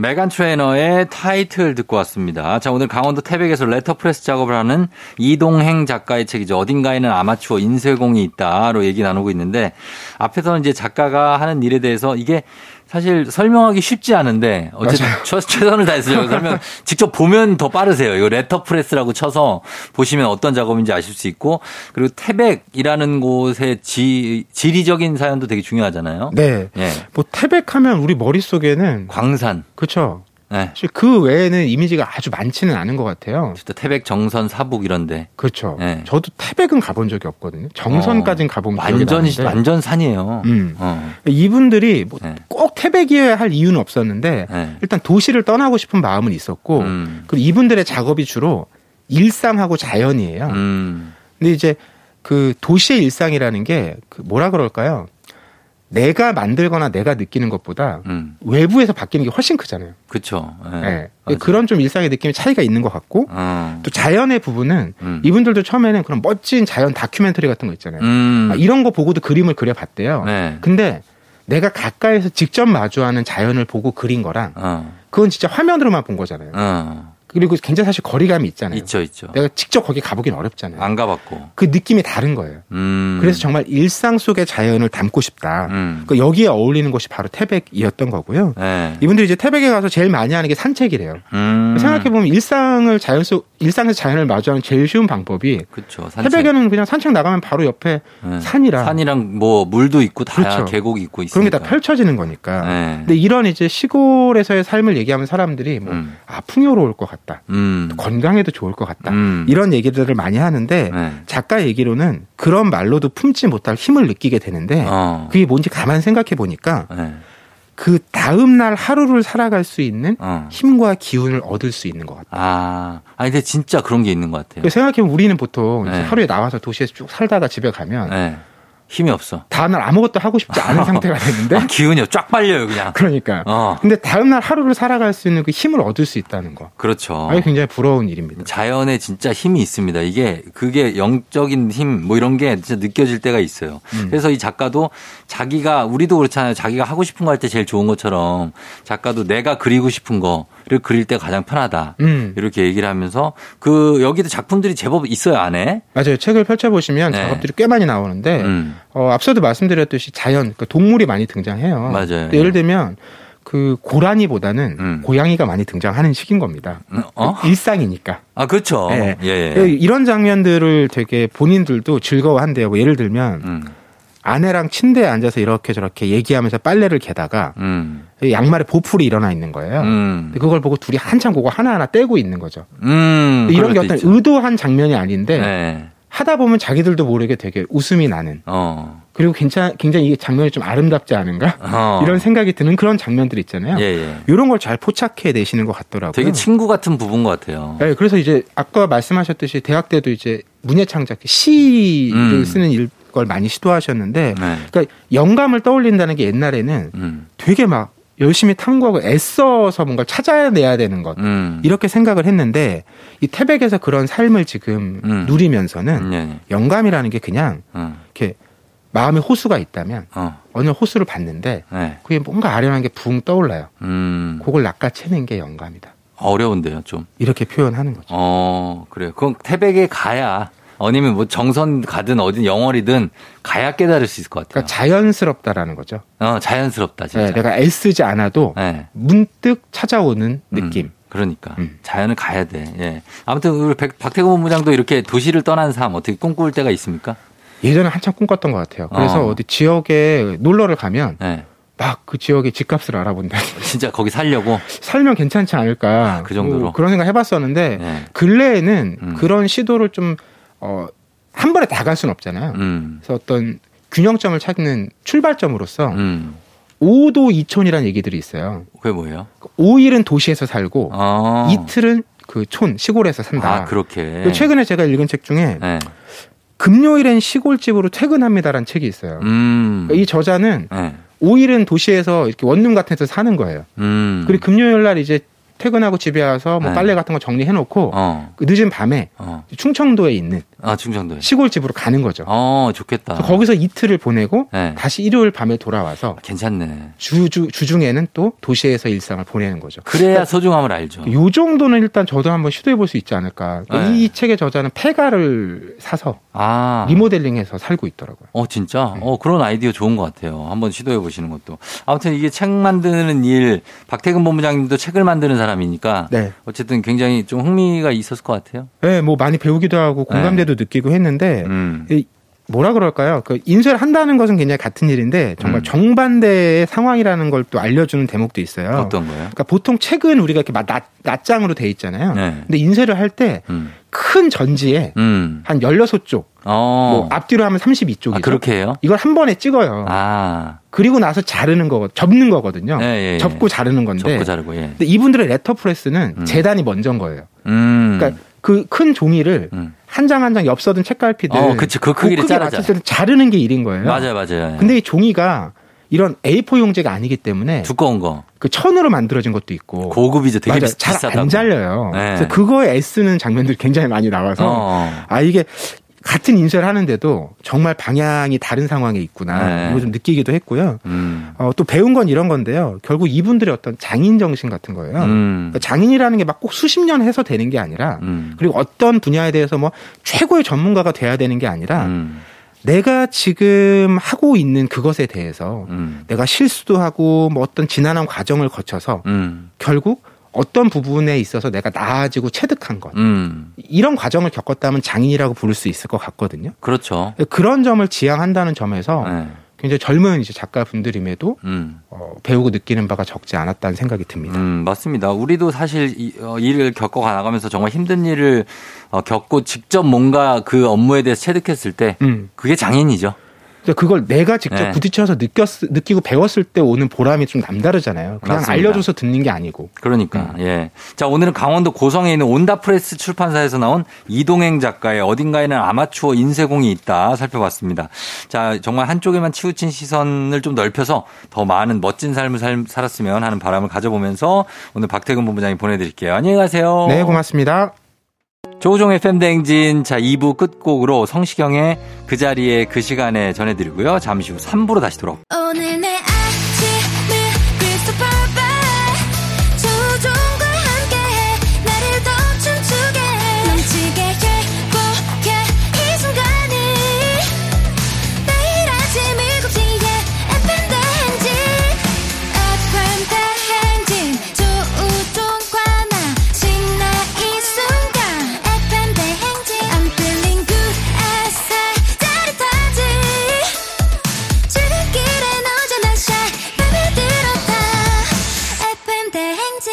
Speaker 1: 메간 트레이너의 타이틀 듣고 왔습니다. 자, 오늘 강원도 태백에서 레터프레스 작업을 하는 이동행 작가의 책이죠. 어딘가에는 아마추어 인쇄공이 있다로 얘기 나누고 있는데 앞에서는 이제 작가가 하는 일에 대해서 이게 사실 설명하기 쉽지 않은데 어쨌든 최- 최선을 다해서 제가 설명 직접 보면 더 빠르세요. 이 레터프레스라고 쳐서 보시면 어떤 작업인지 아실 수 있고 그리고 태백이라는 곳의 지, 지리적인 사연도 되게 중요하잖아요.
Speaker 3: 네.
Speaker 1: 예.
Speaker 3: 뭐 태백하면 우리 머릿속에는
Speaker 1: 광산.
Speaker 3: 그렇죠.
Speaker 1: 예.
Speaker 3: 사실 그 외에는 이미지가 아주 많지는 않은 것 같아요.
Speaker 1: 진짜 태백 정선 사북 이런데
Speaker 3: 그렇죠.
Speaker 1: 네.
Speaker 3: 저도 태백은 가본 적이 없거든요. 정선까지는 가본 기억이
Speaker 1: 어, 완전
Speaker 3: 나는데
Speaker 1: 완전 산이에요.
Speaker 3: 음.
Speaker 1: 어.
Speaker 3: 이분들이 뭐
Speaker 1: 네.
Speaker 3: 꼭 태백이어야 할 이유는 없었는데
Speaker 1: 네.
Speaker 3: 일단 도시를 떠나고 싶은 마음은 있었고
Speaker 1: 음.
Speaker 3: 그리고 이분들의 작업이 주로 일상하고 자연이에요.
Speaker 1: 음.
Speaker 3: 근데 이제 그 도시의 일상이라는 게그 뭐라 그럴까요? 내가 만들거나 내가 느끼는 것보다
Speaker 1: 음.
Speaker 3: 외부에서 바뀌는 게 훨씬 크잖아요.
Speaker 1: 그렇죠. 예.
Speaker 3: 예.
Speaker 1: 맞아요.
Speaker 3: 그런 좀 일상의 느낌의 차이가 있는 것 같고
Speaker 1: 어.
Speaker 3: 또 자연의 부분은
Speaker 1: 음.
Speaker 3: 이분들도 처음에는 그런 멋진 자연 다큐멘터리 같은 거 있잖아요.
Speaker 1: 음.
Speaker 3: 아, 이런 거 보고도 그림을 그려봤대요.
Speaker 1: 네.
Speaker 3: 근데 내가 가까이서 직접 마주하는 자연을 보고 그린 거랑
Speaker 1: 어.
Speaker 3: 그건 진짜 화면으로만 본 거잖아요.
Speaker 1: 어.
Speaker 3: 그리고 굉장히 사실 거리감이 있잖아요.
Speaker 1: 있죠, 있죠.
Speaker 3: 내가 직접 거기 가보긴 어렵잖아요.
Speaker 1: 안 가봤고.
Speaker 3: 그 느낌이 다른 거예요.
Speaker 1: 음.
Speaker 3: 그래서 정말 일상 속의 자연을 담고 싶다.
Speaker 1: 음.
Speaker 3: 그 여기에 어울리는 것이 바로 태백이었던 거고요.
Speaker 1: 예.
Speaker 3: 그- 이분들이 이제 태백에 가서 제일 많이 하는 게 산책이래요.
Speaker 1: 음.
Speaker 3: 생각해 보면 일상을 자연 속 일상에서 자연을 마주하는 제일 쉬운 방법이
Speaker 1: 그렇죠. 산책.
Speaker 3: 태백에는 그냥 산책 나가면 바로 옆에
Speaker 1: 예.
Speaker 3: 산이라
Speaker 1: 산이랑 뭐 물도 있고 다
Speaker 3: 그렇죠.
Speaker 1: 계곡이 있고 있으니까.
Speaker 3: 그런 게 다 펼쳐지는 거니까.
Speaker 1: 네.
Speaker 3: 근데 이런 이제 시골에서의 삶을 얘기하면 사람들이 뭐,
Speaker 1: 음.
Speaker 3: 아, 풍요로울 것 같다.
Speaker 1: 음.
Speaker 3: 건강에도 좋을 것 같다.
Speaker 1: 음.
Speaker 3: 이런 얘기들을 많이 하는데
Speaker 1: 네.
Speaker 3: 작가 얘기로는 그런 말로도 품지 못할 힘을 느끼게 되는데
Speaker 1: 어.
Speaker 3: 그게 뭔지 가만 생각해 보니까
Speaker 1: 예.
Speaker 3: 그 다음날 하루를 살아갈 수 있는
Speaker 1: 어.
Speaker 3: 힘과 기운을 얻을 수 있는 것 같다.
Speaker 1: 아. 아니 근데 진짜 그런 게 있는 것 같아요.
Speaker 3: 생각해보면 우리는 보통 이제
Speaker 1: 네.
Speaker 3: 하루에 나와서 도시에서 쭉 살다가 집에 가면
Speaker 1: 예. 힘이 없어.
Speaker 3: 다음날 아무것도 하고 싶지 않은 상태가 됐는데
Speaker 1: 아, 기운이 쫙 빨려요, 그냥.
Speaker 3: 그러니까.
Speaker 1: 어.
Speaker 3: 근데 다음날 하루를 살아갈 수 있는 그 힘을 얻을 수 있다는 거.
Speaker 1: 그렇죠.
Speaker 3: 아게 굉장히 부러운 일입니다.
Speaker 1: 자연에 진짜 힘이 있습니다. 이게 그게 영적인 힘 뭐 이런 게 진짜 느껴질 때가 있어요. 그래서 이 작가도 자기가 우리도 그렇잖아요. 자기가 하고 싶은 거 할 때 제일 좋은 것처럼 작가도 내가 그리고 싶은 거를 그릴 때 가장 편하다.
Speaker 3: 음.
Speaker 1: 이렇게 얘기를 하면서 그 여기도 작품들이 제법 있어요 안에.
Speaker 3: 맞아요. 책을 펼쳐보시면
Speaker 1: 네.
Speaker 3: 작업들이 꽤 많이 나오는데,
Speaker 1: 음.
Speaker 3: 어, 앞서도 말씀드렸듯이 자연, 그러니까 동물이 많이 등장해요.
Speaker 1: 맞아요.
Speaker 3: 근데 예를 들면, 그 고라니보다는
Speaker 1: 음.
Speaker 3: 고양이가 많이 등장하는 식인 겁니다.
Speaker 1: 음, 어?
Speaker 3: 일상이니까.
Speaker 1: 아 그렇죠.
Speaker 3: 예.
Speaker 1: 예. 예.
Speaker 3: 이런 장면들을 되게 본인들도 즐거워한대요. 뭐 예를 들면
Speaker 1: 음.
Speaker 3: 아내랑 침대에 앉아서 이렇게 저렇게 얘기하면서 빨래를 개다가
Speaker 1: 음.
Speaker 3: 이 양말에 보풀이 일어나 있는 거예요.
Speaker 1: 음.
Speaker 3: 근데 그걸 보고 둘이 한참 그거 하나하나 떼고 있는 거죠.
Speaker 1: 음.
Speaker 3: 근데 이런
Speaker 1: 그럴
Speaker 3: 게
Speaker 1: 때
Speaker 3: 어떤
Speaker 1: 있죠.
Speaker 3: 의도한 장면이 아닌데
Speaker 1: 네.
Speaker 3: 하다 보면 자기들도 모르게 되게 웃음이 나는
Speaker 1: 어.
Speaker 3: 그리고 괜찮 굉장히 이 장면이 좀 아름답지 않은가
Speaker 1: 어.
Speaker 3: 이런 생각이 드는 그런 장면들 있잖아요.
Speaker 1: 예, 예.
Speaker 3: 이런 걸 잘 포착해 내시는 것 같더라고요.
Speaker 1: 되게 친구 같은 부분 같아요.
Speaker 3: 네, 그래서 이제 아까 말씀하셨듯이 대학 때도 이제 문예창작 시를
Speaker 1: 음.
Speaker 3: 쓰는 일, 걸 많이 시도하셨는데
Speaker 1: 네.
Speaker 3: 그러니까 영감을 떠올린다는 게 옛날에는
Speaker 1: 음.
Speaker 3: 되게 막 열심히 탐구하고 애써서 뭔가 를 찾아내야 되는 것
Speaker 1: 음.
Speaker 3: 이렇게 생각을 했는데 이 태백에서 그런 삶을 지금
Speaker 1: 음.
Speaker 3: 누리면서는
Speaker 1: 음, 예, 예.
Speaker 3: 영감이라는 게 그냥
Speaker 1: 음.
Speaker 3: 이렇게 마음의 호수가 있다면
Speaker 1: 어.
Speaker 3: 어느 호수를 봤는데
Speaker 1: 네.
Speaker 3: 그게 뭔가 아련한 게 붕 떠올라요.
Speaker 1: 음.
Speaker 3: 그걸 낚아채는 게 영감이다.
Speaker 1: 어려운데요, 좀.
Speaker 3: 이렇게 표현하는 거죠.
Speaker 1: 어, 그래요. 그건 태백에 가야 아니면 뭐 정선 가든 어딘 영월이든 가야 깨달을 수 있을 것 같아요.
Speaker 3: 그러니까 자연스럽다라는 거죠.
Speaker 1: 어, 자연스럽다, 진짜.
Speaker 3: 네, 내가 애쓰지 않아도
Speaker 1: 네.
Speaker 3: 문득 찾아오는
Speaker 1: 음,
Speaker 3: 느낌.
Speaker 1: 그러니까
Speaker 3: 음.
Speaker 1: 자연을 가야 돼. 예. 아무튼 우리 백- 박태근 본부장도 이렇게 도시를 떠난 삶 어떻게 꿈꿀 때가 있습니까?
Speaker 3: 예전에 한참 꿈꿨던 것 같아요. 그래서
Speaker 1: 어.
Speaker 3: 어. 디 지역에 놀러를 가면
Speaker 1: 예.
Speaker 3: 막 그 지역의 집값을 알아본다.
Speaker 1: 진짜 거기 살려고.
Speaker 3: 살면 괜찮지 않을까.
Speaker 1: 아, 그 정도로?
Speaker 3: 뭐 그런 생각 해봤었는데
Speaker 1: 예.
Speaker 3: 근래에는
Speaker 1: 음.
Speaker 3: 그런 시도를 좀 어, 한 번에 다 갈 수는 없잖아요.
Speaker 1: 음.
Speaker 3: 그래서 어떤 균형점을 찾는 출발점으로서
Speaker 1: 음.
Speaker 3: 5도 2촌이라는 얘기들이 있어요.
Speaker 1: 그게 뭐예요?
Speaker 3: 5일은 도시에서 살고
Speaker 1: 어.
Speaker 3: 이틀은 그 촌 시골에서 산다.
Speaker 1: 아, 그렇게.
Speaker 3: 그리고 최근에 제가 읽은 책 중에
Speaker 1: 예.
Speaker 3: 금요일엔 시골집으로 퇴근합니다라는 책이 있어요.
Speaker 1: 음.
Speaker 3: 그러니까 이 저자는
Speaker 1: 예.
Speaker 3: 5일은 도시에서 이렇게 원룸 같은 데서 사는 거예요.
Speaker 1: 음.
Speaker 3: 그리고 금요일 날 이제 퇴근하고 집에 와서 뭐
Speaker 1: 네.
Speaker 3: 빨래 같은 거 정리해 놓고
Speaker 1: 어.
Speaker 3: 그 늦은 밤에
Speaker 1: 어.
Speaker 3: 충청도에 있는
Speaker 1: 아, 충청도에.
Speaker 3: 시골집으로 가는 거죠.
Speaker 1: 어, 좋겠다.
Speaker 3: 그래서 거기서 이틀을 보내고
Speaker 1: 네.
Speaker 3: 다시 일요일 밤에 돌아와서
Speaker 1: 괜찮네.
Speaker 3: 주주 주중에는 또 도시에서 일상을 보내는 거죠.
Speaker 1: 그래야 소중함을 알죠.
Speaker 3: 요 정도는 일단 저도 한번 시도해 볼 수 있지 않을까. 그러니까
Speaker 1: 네.
Speaker 3: 이 책의 저자는 폐가를 사서
Speaker 1: 아.
Speaker 3: 리모델링해서 네. 살고 있더라고요.
Speaker 1: 어, 진짜? 어, 그런 아이디어 좋은 것 같아요. 한번 시도해 보시는 것도. 아무튼 이게 책 만드는 일, 박태근 본부장님도 책을 만드는 사람이니까.
Speaker 3: 네.
Speaker 1: 어쨌든 굉장히 좀 흥미가 있었을 것 같아요.
Speaker 3: 네, 뭐 많이 배우기도 하고 공감대도 느끼고
Speaker 1: 네.
Speaker 3: 했는데
Speaker 1: 음.
Speaker 3: 이 뭐라 그럴까요? 그 인쇄를 한다는 것은 굉장히 같은 일인데 정말
Speaker 1: 음.
Speaker 3: 정반대의 상황이라는 걸 또 알려주는 대목도 있어요.
Speaker 1: 어떤 거예요?
Speaker 3: 그러니까 보통 책은 우리가 이렇게 막 낱, 낱장으로 돼 있잖아요.
Speaker 1: 네.
Speaker 3: 근데 인쇄를 할 때 큰
Speaker 1: 음.
Speaker 3: 전지에
Speaker 1: 음.
Speaker 3: 한 16쪽,
Speaker 1: 어.
Speaker 3: 뭐 앞뒤로 하면 32쪽이죠.
Speaker 1: 아, 그렇게 해요?
Speaker 3: 이걸 한 번에 찍어요.
Speaker 1: 아.
Speaker 3: 그리고 나서 자르는 거, 접는 거거든요.
Speaker 1: 예, 예, 예.
Speaker 3: 접고 자르는 건데.
Speaker 1: 접고 자르고, 예.
Speaker 3: 근데 이분들의 레터프레스는
Speaker 1: 음.
Speaker 3: 재단이 먼저인 거예요.
Speaker 1: 음.
Speaker 3: 그러니까 그 큰 종이를
Speaker 1: 음.
Speaker 3: 한 장 한 장 엽서든 책갈피든
Speaker 1: 어, 그치. 그 크기를
Speaker 3: 크기에
Speaker 1: 자르자.
Speaker 3: 맞춰서 자르는 게 일인 거예요.
Speaker 1: 맞아요, 맞아요.
Speaker 3: 근데 이 종이가 이런 A4 용지가 아니기 때문에
Speaker 1: 두꺼운 거.
Speaker 3: 그 천으로 만들어진 것도 있고
Speaker 1: 고급이죠. 되게
Speaker 3: 뭐 맞아요.
Speaker 1: 비-
Speaker 3: 잘
Speaker 1: 비싸다고.
Speaker 3: 안 잘려요.
Speaker 1: 네.
Speaker 3: 그래서 그거에 애쓰는 장면들이 굉장히 많이 나와서
Speaker 1: 어.
Speaker 3: 아 이게 같은 인쇄를 하는데도 정말 방향이 다른 상황에 있구나
Speaker 1: 네.
Speaker 3: 이거 좀 느끼기도 했고요.
Speaker 1: 음.
Speaker 3: 어, 또 배운 건 이런 건데요. 결국 이분들의 어떤 장인 정신 같은 거예요.
Speaker 1: 음.
Speaker 3: 그러니까 장인이라는 게 막 꼭 수십 년 해서 되는 게 아니라
Speaker 1: 음.
Speaker 3: 그리고 어떤 분야에 대해서 뭐 최고의 전문가가 돼야 되는 게 아니라
Speaker 1: 음.
Speaker 3: 내가 지금 하고 있는 그것에 대해서
Speaker 1: 음.
Speaker 3: 내가 실수도 하고 뭐 어떤 지난한 과정을 거쳐서
Speaker 1: 음.
Speaker 3: 결국 어떤 부분에 있어서 내가 나아지고 체득한 것
Speaker 1: 음.
Speaker 3: 이런 과정을 겪었다면 장인이라고 부를 수 있을 것 같거든요.
Speaker 1: 그렇죠.
Speaker 3: 그런 점을 지향한다는 점에서
Speaker 1: 네.
Speaker 3: 굉장히 젊은 이제 작가분들임에도
Speaker 1: 음.
Speaker 3: 어, 배우고 느끼는 바가 적지 않았다는 생각이 듭니다.
Speaker 1: 음, 맞습니다. 우리도 사실 이- 어, 일을 겪어 나가면서 정말 힘든 일을 어, 겪고 직접 뭔가 그 업무에 대해서 체득했을 때
Speaker 3: 음.
Speaker 1: 그게 장인이죠.
Speaker 3: 그래서 그걸 내가 직접
Speaker 1: 네.
Speaker 3: 부딪혀서 느꼈 느끼고 배웠을 때 오는 보람이 좀 남다르잖아요. 그냥
Speaker 1: 맞습니다.
Speaker 3: 알려줘서 듣는 게 아니고.
Speaker 1: 그러니까
Speaker 3: 음.
Speaker 1: 예. 자 오늘은 강원도 고성에 있는 온다프레스 출판사에서 나온 이동행 작가의 어딘가에는 아마추어 인쇄공이 있다 살펴봤습니다. 자 정말 한쪽에만 치우친 시선을 좀 넓혀서 더 많은 멋진 삶을 살, 살았으면 하는 바람을 가져보면서 오늘 박태근 본부장이 보내드릴게요. 안녕히 가세요.
Speaker 3: 네, 고맙습니다.
Speaker 1: 조종의 팬댕진 자 2부 끝곡으로 성시경의 그 자리에 그 시간에 전해드리고요. 잠시 후 3부로 다시 돌아옵니다.
Speaker 2: 오늘 내 아침을 crystal perfect 조종과 함께해 나를 더 춤추게 해. 넘치게 행복해 이 순간이 매일 아침 7시에 FM 대행진 FM 대행진 조우종과 나 신나 이 순간 FM 대행진 I'm feeling good as I 짜릿하지 출근길에 너전한 샷 맘에 들었다 FM 대행진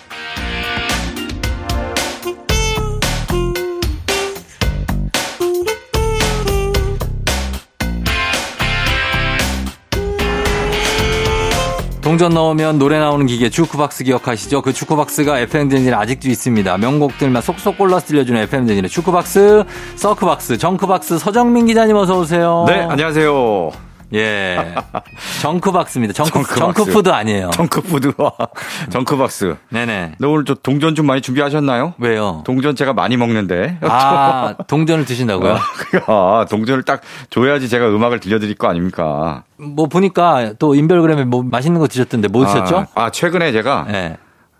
Speaker 1: 동전 넣으면 노래 나오는 기계 주크박스 기억하시죠? 그 주크박스가 FM댕진 아직도 있습니다. 명곡들만 속속 골라서 들려주는 FM댕진의 주크박스, 서크박스, 정크박스, 서정민 기자님 어서오세요.
Speaker 4: 네, 안녕하세요.
Speaker 1: 예. 정크박스입니다. 정크,
Speaker 4: 정크박스.
Speaker 1: 정크푸드 아니에요.
Speaker 4: 정크푸드와 정크박스.
Speaker 1: 네네.
Speaker 4: 네, 오늘 저 동전 좀 많이 준비하셨나요?
Speaker 1: 왜요?
Speaker 4: 동전 제가 많이 먹는데.
Speaker 1: 아, 동전을 드신다고요?
Speaker 4: 아, 동전을 딱 줘야지 제가 음악을 들려드릴 거 아닙니까?
Speaker 1: 뭐 보니까 또 인별그램에 뭐 맛있는 거 드셨던데 뭐 드셨죠?
Speaker 4: 아, 아, 최근에 제가
Speaker 1: 예.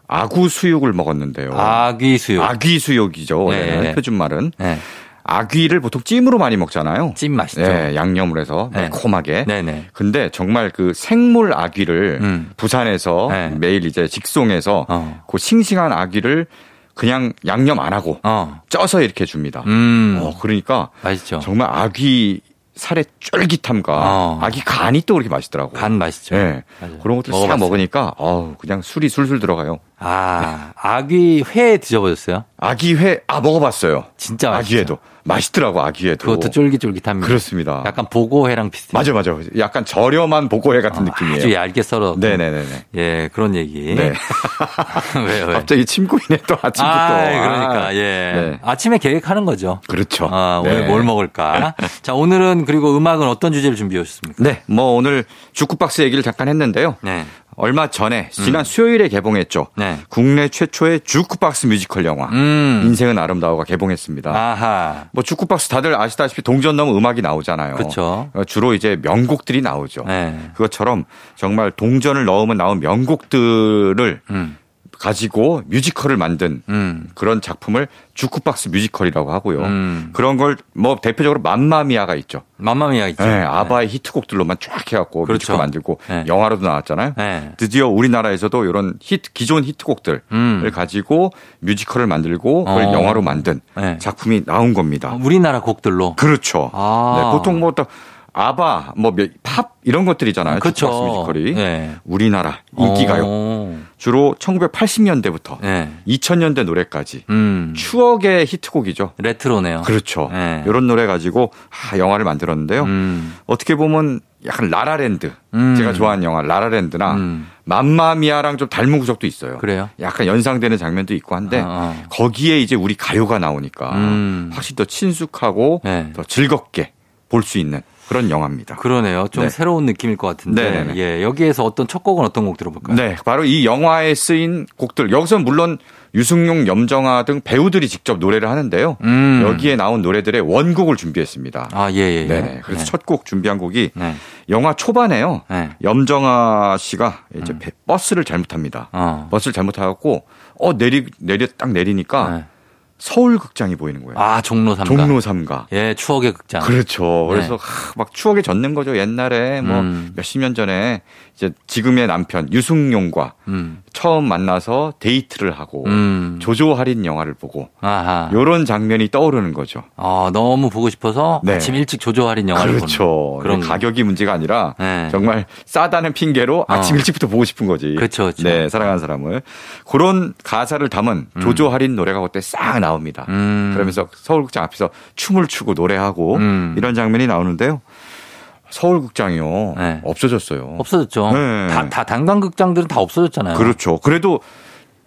Speaker 4: 아구 수육을 먹었는데요.
Speaker 1: 아귀 수육.
Speaker 4: 아귀 수육이죠.
Speaker 1: 네,
Speaker 4: 예,
Speaker 1: 네.
Speaker 4: 표준말은.
Speaker 1: 예.
Speaker 4: 아귀를 보통 찜으로 많이 먹잖아요.
Speaker 1: 찜 맛있죠.
Speaker 4: 예, 양념을 해서
Speaker 1: 네.
Speaker 4: 매콤하게.
Speaker 1: 네네.
Speaker 4: 근데 정말 그 생물 아귀를
Speaker 1: 음.
Speaker 4: 부산에서
Speaker 1: 네.
Speaker 4: 매일 이제 직송해서
Speaker 1: 어.
Speaker 4: 그 싱싱한 아귀를 그냥 양념 안 하고
Speaker 1: 어.
Speaker 4: 쪄서 이렇게 줍니다.
Speaker 1: 음.
Speaker 4: 어, 그러니까
Speaker 1: 맛있죠.
Speaker 4: 정말 아귀 살의 쫄깃함과
Speaker 1: 어.
Speaker 4: 아귀 간이 또 그렇게 맛있더라고요.
Speaker 1: 간 맛있죠.
Speaker 4: 예.
Speaker 1: 맞아요.
Speaker 4: 그런 것들 싹
Speaker 1: 먹어봤어요.
Speaker 4: 먹으니까 어우, 그냥 술이 술술 들어가요.
Speaker 1: 아, 아귀 회 드셔보셨어요?
Speaker 4: 아귀회 아 먹어봤어요.
Speaker 1: 진짜 맛있죠.
Speaker 4: 아귀회도 맛있더라고 아귀회도.
Speaker 1: 그것도 쫄깃쫄깃합니다.
Speaker 4: 그렇습니다.
Speaker 1: 약간 보고회랑 비슷해요. 어,
Speaker 4: 맞아 맞아. 약간 저렴한 보고회 같은 느낌이에요.
Speaker 1: 아주 얇게 썰어.
Speaker 4: 네네네네.
Speaker 1: 예, 그런 얘기.
Speaker 4: 네.
Speaker 1: 왜요? 왜?
Speaker 4: 갑자기 침 고이네 또 아침부터.
Speaker 1: 아,
Speaker 4: 아,
Speaker 1: 그러니까 예.
Speaker 4: 네.
Speaker 1: 아침에 계획하는 거죠.
Speaker 4: 그렇죠.
Speaker 1: 아, 오늘
Speaker 4: 네.
Speaker 1: 뭘 먹을까? 자, 오늘은 그리고 음악은 어떤 주제를 준비해 오셨습니까?
Speaker 4: 네, 뭐 오늘 주쿠박스 얘기를 잠깐 했는데요.
Speaker 1: 네. 음.
Speaker 4: 얼마 전에 지난 수요일에 개봉했죠.
Speaker 1: 네.
Speaker 4: 국내 최초의 주쿠박스 뮤지컬 영화
Speaker 1: 음.
Speaker 4: 인생은 아름다워가 개봉했습니다.
Speaker 1: 아하.
Speaker 4: 뭐 주쿠박스 다들 아시다시피 동전 넘어 음악이 나오잖아요.
Speaker 1: 그쵸.
Speaker 4: 어, 주로 이제 명곡들이 나오죠.
Speaker 1: 네.
Speaker 4: 그것처럼 정말 동전을 넣으면 나온 명곡들을
Speaker 1: 음.
Speaker 4: 가지고 뮤지컬을 만든
Speaker 1: 음.
Speaker 4: 그런 작품을 주쿠박스 뮤지컬이라고 하고요.
Speaker 1: 음.
Speaker 4: 그런 걸 뭐 대표적으로 맘마미아가 있죠.
Speaker 1: 맘마미아 있죠.
Speaker 4: 네, 아바의 히트곡들로만 쫙 해갖고
Speaker 1: 그렇죠.
Speaker 4: 뮤지컬 만들고
Speaker 1: 네.
Speaker 4: 영화로도 나왔잖아요.
Speaker 1: 네.
Speaker 4: 드디어 우리나라에서도 이런 히트 기존 히트곡들을
Speaker 1: 음.
Speaker 4: 가지고 뮤지컬을 만들고 그걸
Speaker 1: 어.
Speaker 4: 영화로 만든
Speaker 1: 네.
Speaker 4: 작품이 나온 겁니다.
Speaker 1: 어, 우리나라 곡들로.
Speaker 4: 그렇죠.
Speaker 1: 아.
Speaker 4: 네, 보통 뭐또 아바 뭐 팝 이런 것들이잖아요.
Speaker 1: 그렇죠.
Speaker 4: 주크박스 뮤지컬이
Speaker 1: 네.
Speaker 4: 우리나라 인기가요.
Speaker 1: 오.
Speaker 4: 주로 1980년대부터
Speaker 1: 네.
Speaker 4: 2000년대 노래까지
Speaker 1: 음.
Speaker 4: 추억의 히트곡이죠.
Speaker 1: 레트로네요.
Speaker 4: 그렇죠.
Speaker 1: 네.
Speaker 4: 이런 노래 가지고 아, 영화를 만들었는데요.
Speaker 1: 음.
Speaker 4: 어떻게 보면 약간 라라랜드
Speaker 1: 음.
Speaker 4: 제가 좋아하는 영화 라라랜드나
Speaker 1: 음.
Speaker 4: 맘마미아랑 좀 닮은 구석도 있어요.
Speaker 1: 그래요?
Speaker 4: 약간 연상되는 장면도 있고 한데
Speaker 1: 어, 어.
Speaker 4: 거기에 이제 우리 가요가 나오니까
Speaker 1: 음.
Speaker 4: 확실히 더 친숙하고
Speaker 1: 네.
Speaker 4: 더 즐겁게 볼 수 있는 그런 영화입니다.
Speaker 1: 그러네요. 좀
Speaker 4: 네.
Speaker 1: 새로운 느낌일 것 같은데.
Speaker 4: 네네네.
Speaker 1: 예. 여기에서 어떤 첫 곡은 어떤 곡 들어볼까요?
Speaker 4: 네, 바로 이 영화에 쓰인 곡들 여기서 물론 유승용, 염정아 등 배우들이 직접 노래를 하는데요.
Speaker 1: 음.
Speaker 4: 여기에 나온 노래들의 원곡을 준비했습니다.
Speaker 1: 아, 예, 예. 예.
Speaker 4: 네네. 그렇죠. 그래서
Speaker 1: 네.
Speaker 4: 첫 곡 준비한 곡이
Speaker 1: 네.
Speaker 4: 영화 초반에요.
Speaker 1: 네. 음.
Speaker 4: 염정아 씨가 이제 배- 버스를 잘못합니다.
Speaker 1: 어.
Speaker 4: 버스를 잘못하고 어 내리 내려 딱 내리니까
Speaker 1: 네.
Speaker 4: 서울 극장이 보이는 거예요.
Speaker 1: 아, 종로 삼가
Speaker 4: 종로 삼가.
Speaker 1: 예, 추억의 극장.
Speaker 4: 그렇죠.
Speaker 1: 네.
Speaker 4: 그래서 하, 막 추억에 젖는 거죠. 옛날에 뭐
Speaker 1: 음.
Speaker 4: 몇십 년 전에 이제 지금의 남편 유승용과
Speaker 1: 음.
Speaker 4: 처음 만나서 데이트를 하고
Speaker 1: 음.
Speaker 4: 조조 할인 영화를 보고
Speaker 1: 아하.
Speaker 4: 요런 장면이 떠오르는 거죠.
Speaker 1: 어, 너무 보고 싶어서
Speaker 4: 네.
Speaker 1: 아침 일찍 조조할인 영화를
Speaker 4: 그렇죠.
Speaker 1: 보는 그런
Speaker 4: 그런 가격이 문제가 아니라
Speaker 1: 네.
Speaker 4: 정말 싸다는 핑계로 아침
Speaker 1: 어.
Speaker 4: 일찍부터 보고 싶은 거지.
Speaker 1: 그렇죠, 그렇죠.
Speaker 4: 네, 사랑하는 사람을 그런 가사를 담은 조조 할인 노래가 그때 싹 나옵니다.
Speaker 1: 음.
Speaker 4: 그러면서 서울극장 앞에서 춤을 추고 노래하고
Speaker 1: 음.
Speaker 4: 이런 장면이 나오는데요. 서울극장이요
Speaker 1: 네.
Speaker 4: 없어졌어요.
Speaker 1: 없어졌죠.
Speaker 4: 네.
Speaker 1: 다, 다 단강극장들은 다 없어졌잖아요.
Speaker 4: 그렇죠. 그래도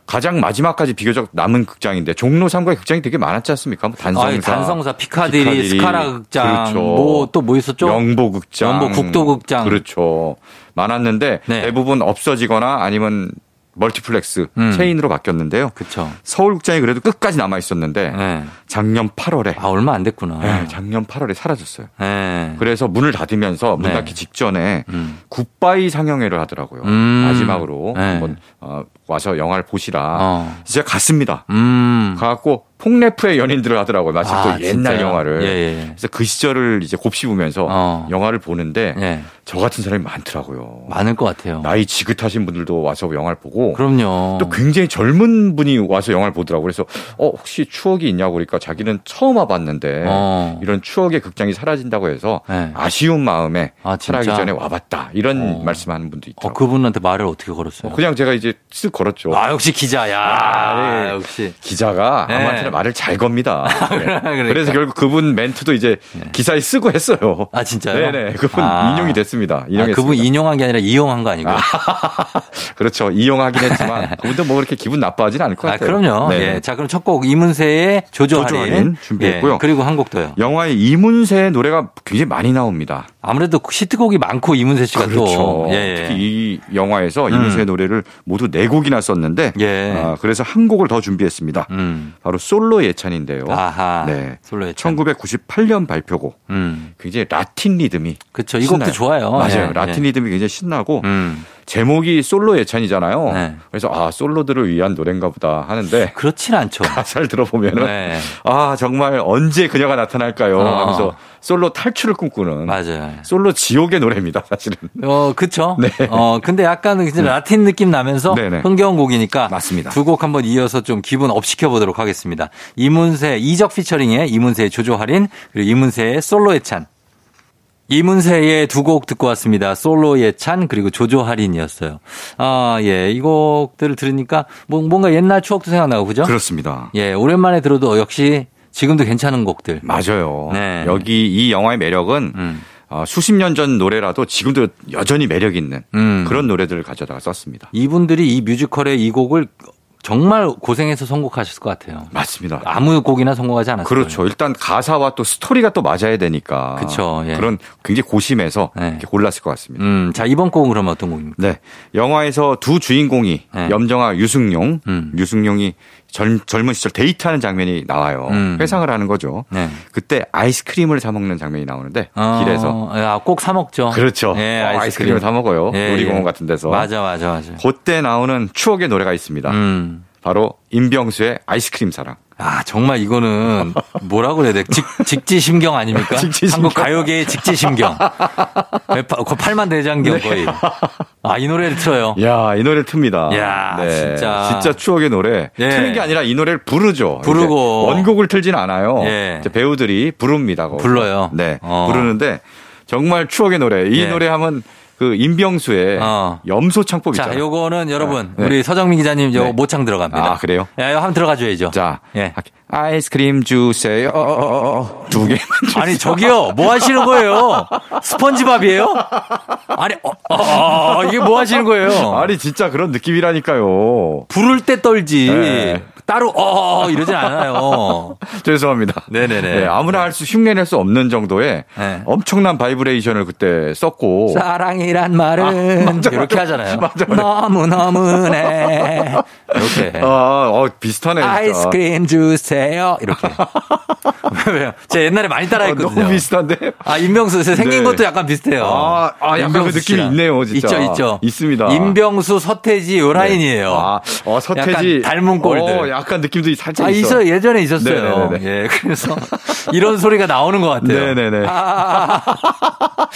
Speaker 4: 가장 마지막까지 비교적 남은 극장인데 종로 3구의 극장이 되게 많았지 않습니까? 뭐 단성사,
Speaker 1: 아니, 단성사, 피카디리,
Speaker 4: 피카디리.
Speaker 1: 스카라 극장,
Speaker 4: 그렇죠.
Speaker 1: 뭐 또 뭐 있었죠?
Speaker 4: 영보극장,
Speaker 1: 영보 국도극장.
Speaker 4: 그렇죠. 많았는데
Speaker 1: 네.
Speaker 4: 대부분 없어지거나 아니면 멀티플렉스
Speaker 1: 음.
Speaker 4: 체인으로 바뀌었는데요.
Speaker 1: 그쵸.
Speaker 4: 서울극장이 그래도 끝까지 남아 있었는데
Speaker 1: 네.
Speaker 4: 작년 8월에 예,
Speaker 1: 아, 얼마 안 됐구나.
Speaker 4: 작년 8월에 사라졌어요.
Speaker 1: 네.
Speaker 4: 네. 그래서 문을 닫으면서 문
Speaker 1: 네.
Speaker 4: 닫기 직전에
Speaker 1: 음.
Speaker 4: 굿바이 상영회를 하더라고요.
Speaker 1: 음.
Speaker 4: 마지막으로
Speaker 1: 네.
Speaker 4: 한번 어, 와서 영화를 보시라.
Speaker 1: 어.
Speaker 4: 진짜 갔습니다.
Speaker 1: 음.
Speaker 4: 가갖고 폭래프의 연인들을 하더라고요. 마침
Speaker 1: 아,
Speaker 4: 또 옛날
Speaker 1: 진짜요?
Speaker 4: 영화를.
Speaker 1: 예, 예, 예.
Speaker 4: 그래서 그 시절을 이제 곱씹으면서
Speaker 1: 어.
Speaker 4: 영화를 보는데
Speaker 1: 예.
Speaker 4: 저 같은 사람이 많더라고요.
Speaker 1: 많을 것 같아요.
Speaker 4: 나이 지긋하신 분들도 와서 영화를 보고
Speaker 1: 그럼요.
Speaker 4: 또 굉장히 젊은 분이 와서 영화를 보더라고요. 그래서 어 혹시 추억이 있냐고 그러니까 자기는 처음 와봤는데
Speaker 1: 어.
Speaker 4: 이런 추억의 극장이 사라진다고 해서
Speaker 1: 네.
Speaker 4: 아쉬운 마음에
Speaker 1: 아, 진짜?
Speaker 4: 살아기 전에 와봤다 이런
Speaker 1: 어.
Speaker 4: 말씀하는 분도
Speaker 1: 어,
Speaker 4: 있더라고요.
Speaker 1: 그분한테 말을 어떻게 걸었어요?
Speaker 4: 그... 냥 제가 이제 쓱 걸었죠.
Speaker 1: 아, 역시 기자야.
Speaker 4: 아, 네.
Speaker 1: 역시.
Speaker 4: 기자가
Speaker 1: 네.
Speaker 4: 아무한테나 말을 잘 겁니다.
Speaker 1: 그러니까. 네.
Speaker 4: 래서 결국 그분 멘트도 이제 기사에 쓰고 했어요.
Speaker 1: 아, 진짜요?
Speaker 4: 네네. 그분
Speaker 1: 아.
Speaker 4: 인용이 됐습니다.
Speaker 1: 아,
Speaker 4: 인용했습니다.
Speaker 1: 그분 인용한 게 아니라 이용한 거 아니고. 요
Speaker 4: 그렇죠. 이용하긴 했지만 그분도 뭐 그렇게 기분 나빠하진 않을 것
Speaker 1: 아,
Speaker 4: 같아요.
Speaker 1: 그럼요.
Speaker 4: 네.
Speaker 1: 예. 자, 그럼 첫 곡 이문세의 조조할인.
Speaker 4: 조조할인 준비했고요.
Speaker 1: 예, 그리고 한 곡 더요.
Speaker 4: 영화의 이문세의 노래가 굉장히 많이 나옵니다.
Speaker 1: 아무래도 시트곡이 많고 이문세 씨가 또.
Speaker 4: 그렇죠.
Speaker 1: 예, 예.
Speaker 4: 특히 이 영화에서 이문세의 노래를 모두 네 곡이나 썼는데
Speaker 1: 예.
Speaker 4: 아, 그래서 한 곡을 더 준비했습니다.
Speaker 1: 음.
Speaker 4: 바로 솔로 예찬인데요.
Speaker 1: 아하.
Speaker 4: 네.
Speaker 1: 솔로 예찬.
Speaker 4: 1998년 발표곡.
Speaker 1: 음.
Speaker 4: 굉장히 라틴 리듬이
Speaker 1: 그쵸. 그렇죠. 이 곡도
Speaker 4: 신나요.
Speaker 1: 좋아요.
Speaker 4: 맞아요.
Speaker 1: 예,
Speaker 4: 라틴
Speaker 1: 예.
Speaker 4: 리듬이 굉장히 신나고
Speaker 1: 음.
Speaker 4: 제목이 솔로 예찬이잖아요.
Speaker 1: 네.
Speaker 4: 그래서 아 솔로들을 위한 노래인가 보다 하는데
Speaker 1: 그렇진 않죠.
Speaker 4: 가사를 들어보면은
Speaker 1: 네.
Speaker 4: 아 정말 언제 그녀가 나타날까요?
Speaker 1: 어.
Speaker 4: 하면서 솔로 탈출을 꿈꾸는
Speaker 1: 맞아요.
Speaker 4: 솔로 지옥의 노래입니다. 사실은
Speaker 1: 어, 그쵸. 어, 근데 약간은 이제 라틴 느낌 나면서
Speaker 4: 네. 네네.
Speaker 1: 흥겨운 곡이니까.
Speaker 4: 맞습니다.
Speaker 1: 두 곡 한번 이어서 좀 기분 업 시켜보도록 하겠습니다. 이문세, 이적 피처링의 이문세의 조조할인, 그리고 이문세의 솔로 예찬. 이문세의 두 곡 듣고 왔습니다. 솔로 예찬, 그리고 조조할인이었어요. 아, 예. 이 곡들을 들으니까 뭐- 뭔가 옛날 추억도 생각나고, 그죠?
Speaker 4: 그렇습니다.
Speaker 1: 예. 오랜만에 들어도 역시 지금도 괜찮은 곡들.
Speaker 4: 맞아요.
Speaker 1: 네.
Speaker 4: 여기 이 영화의 매력은
Speaker 1: 음.
Speaker 4: 어, 수십 년 전 노래라도 지금도 여전히 매력 있는
Speaker 1: 음.
Speaker 4: 그런 노래들을 가져다가 썼습니다.
Speaker 1: 이분들이 이 뮤지컬의 이 곡을 정말 고생해서 선곡하셨을 것 같아요.
Speaker 4: 맞습니다.
Speaker 1: 아무 곡이나 성공하지 않았어요.
Speaker 4: 그렇죠. 일단 가사와 또 스토리가 또 맞아야 되니까.
Speaker 1: 그쵸, 예.
Speaker 4: 그런 굉장히 고심해서
Speaker 1: 네.
Speaker 4: 이렇게 골랐을 것 같습니다.
Speaker 1: 음, 자 이번 곡은 그러면 어떤 곡입니까?
Speaker 4: 네. 영화에서 두 주인공이
Speaker 1: 네.
Speaker 4: 염정아 유승용,
Speaker 1: 음.
Speaker 4: 유승용이 젊, 젊은 시절 데이트하는 장면이 나와요.
Speaker 1: 음.
Speaker 4: 회상을 하는 거죠.
Speaker 1: 네.
Speaker 4: 그때 아이스크림을 사 먹는 장면이 나오는데 어, 길에서
Speaker 1: 아, 꼭사 먹죠.
Speaker 4: 그렇죠.
Speaker 1: 예,
Speaker 4: 어,
Speaker 1: 아이스크림.
Speaker 4: 아이스크림을 사 먹어요.
Speaker 1: 예,
Speaker 4: 놀이공원
Speaker 1: 예.
Speaker 4: 같은 데서.
Speaker 1: 맞아, 맞아, 맞아.
Speaker 4: 그때 나오는 추억의 노래가 있습니다.
Speaker 1: 음.
Speaker 4: 바로 임병수의 아이스크림 사랑.
Speaker 1: 아 정말 이거는 뭐라고 그래야 돼? 직, 직지심경 아닙니까?
Speaker 4: 직지심경.
Speaker 1: 한국 가요계의 직지심경. 네, 파- 거- 팔만 대장경 거의. 아 이 노래를 틀어요.
Speaker 4: 야, 네. 이 노래 틉니다. 네.
Speaker 1: 야, 진짜.
Speaker 4: 진짜 추억의 노래.
Speaker 1: 예.
Speaker 4: 틀는 게 아니라 이 노래를 부르죠.
Speaker 1: 부르고.
Speaker 4: 이제 원곡을 틀진 않아요.
Speaker 1: 예.
Speaker 4: 이제 배우들이 부릅니다. 거기서.
Speaker 1: 불러요.
Speaker 4: 네.
Speaker 1: 어.
Speaker 4: 부르는데 정말 추억의 노래. 이
Speaker 1: 예.
Speaker 4: 노래 하면 그 임병수의
Speaker 1: 어.
Speaker 4: 염소창법
Speaker 1: 자,
Speaker 4: 있잖아요.
Speaker 1: 요거는 여러분
Speaker 4: 네.
Speaker 1: 우리 서정민 기자님 요
Speaker 4: 네.
Speaker 1: 모창 들어갑니다.
Speaker 4: 아, 그래요?
Speaker 1: 예, 이거 한번 들어가 줘야죠.
Speaker 4: 자,
Speaker 1: 예.
Speaker 4: 할게. 아이스크림 주세요. 두 개만 주세요.
Speaker 1: 아니 저기요 뭐 하시는 거예요? 스펀지밥이에요? 아니 어, 어, 어, 이게 뭐 하시는 거예요?
Speaker 4: 아니, 진짜 그런 느낌이라니까요.
Speaker 1: 부를 때 떨지
Speaker 4: 네.
Speaker 1: 따로 어, 어 이러진 않아요.
Speaker 4: 죄송합니다.
Speaker 1: 네네네.
Speaker 4: 네, 아무나 할 수, 흉내낼 수 없는 정도의
Speaker 1: 네.
Speaker 4: 엄청난 바이브레이션을 그때 썼고.
Speaker 1: 사랑이란 말은 이렇게 하잖아요. 너무 너무네 이렇게
Speaker 4: 아, 어, 비슷하네. 진짜.
Speaker 1: 예. 아이스크림 주세요 이렇게 왜요? 제가 옛날에 많이
Speaker 4: 아,
Speaker 1: 따라했거든요.
Speaker 4: 너무 비슷한데?
Speaker 1: 아, 임병수 씨 생긴
Speaker 4: 네.
Speaker 1: 것도 약간 비슷해요.
Speaker 4: 아, 아, 약간
Speaker 1: 임병수
Speaker 4: 그 느낌이
Speaker 1: 씨랑.
Speaker 4: 있네요, 진짜.
Speaker 1: 있죠, 있죠.
Speaker 4: 있습니다.
Speaker 1: 임병수, 서태지 요 라인이에요.
Speaker 4: 아, 어,
Speaker 1: 약간
Speaker 4: 서태지.
Speaker 1: 닮은 꼴들.
Speaker 4: 어, 약간 느낌도 살짝
Speaker 1: 아,
Speaker 4: 있어.
Speaker 1: 있어 예전에 있었어요.
Speaker 4: 네네네.
Speaker 1: 예, 그래서 이런 소리가 나오는 것 같아요.
Speaker 4: 네네네.
Speaker 1: 아, 아, 아, 아.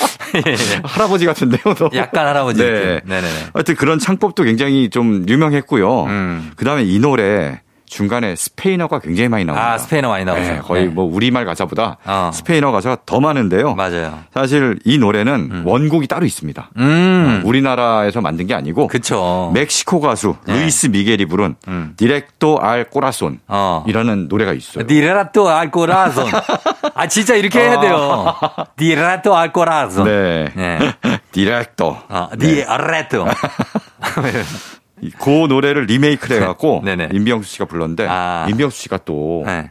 Speaker 4: 할아버지 같은데요, 너무.
Speaker 1: 약간 할아버지
Speaker 4: 네.
Speaker 1: 느낌. 네네네.
Speaker 4: 하여튼 그런 창법도 굉장히 좀 유명했고요.
Speaker 1: 음.
Speaker 4: 그 다음에 이 노래 중간에 스페인어가 굉장히 많이 나옵니다.
Speaker 1: 아, 스페인어 많이 나오죠.
Speaker 4: 네, 거의
Speaker 1: 네.
Speaker 4: 뭐 우리말 가사보다
Speaker 1: 어.
Speaker 4: 스페인어 가사가 더 많은데요.
Speaker 1: 맞아요.
Speaker 4: 사실 이 노래는 원곡이 따로 있습니다.
Speaker 1: 음.
Speaker 4: 우리나라에서 만든 게 아니고
Speaker 1: 그쵸.
Speaker 4: 멕시코 가수
Speaker 1: 어. 네.
Speaker 4: 루이스 미겔이 부른
Speaker 1: 음.
Speaker 4: 디렉토 알 꼬라손
Speaker 1: 어.
Speaker 4: 이라는 노래가 있어요.
Speaker 1: 디라또 알코라서. 아, 진짜 이렇게 해야 돼요. 디라또 알코라서.
Speaker 4: 아. 네.
Speaker 1: 네.
Speaker 4: 디렉토.
Speaker 1: 아, 디라또.
Speaker 4: 네. 이- 그 노래를 리메이크를 해갖고
Speaker 1: 네네.
Speaker 4: 임병수 씨가 불렀는데
Speaker 1: 아.
Speaker 4: 임병수 씨가 또
Speaker 1: 네.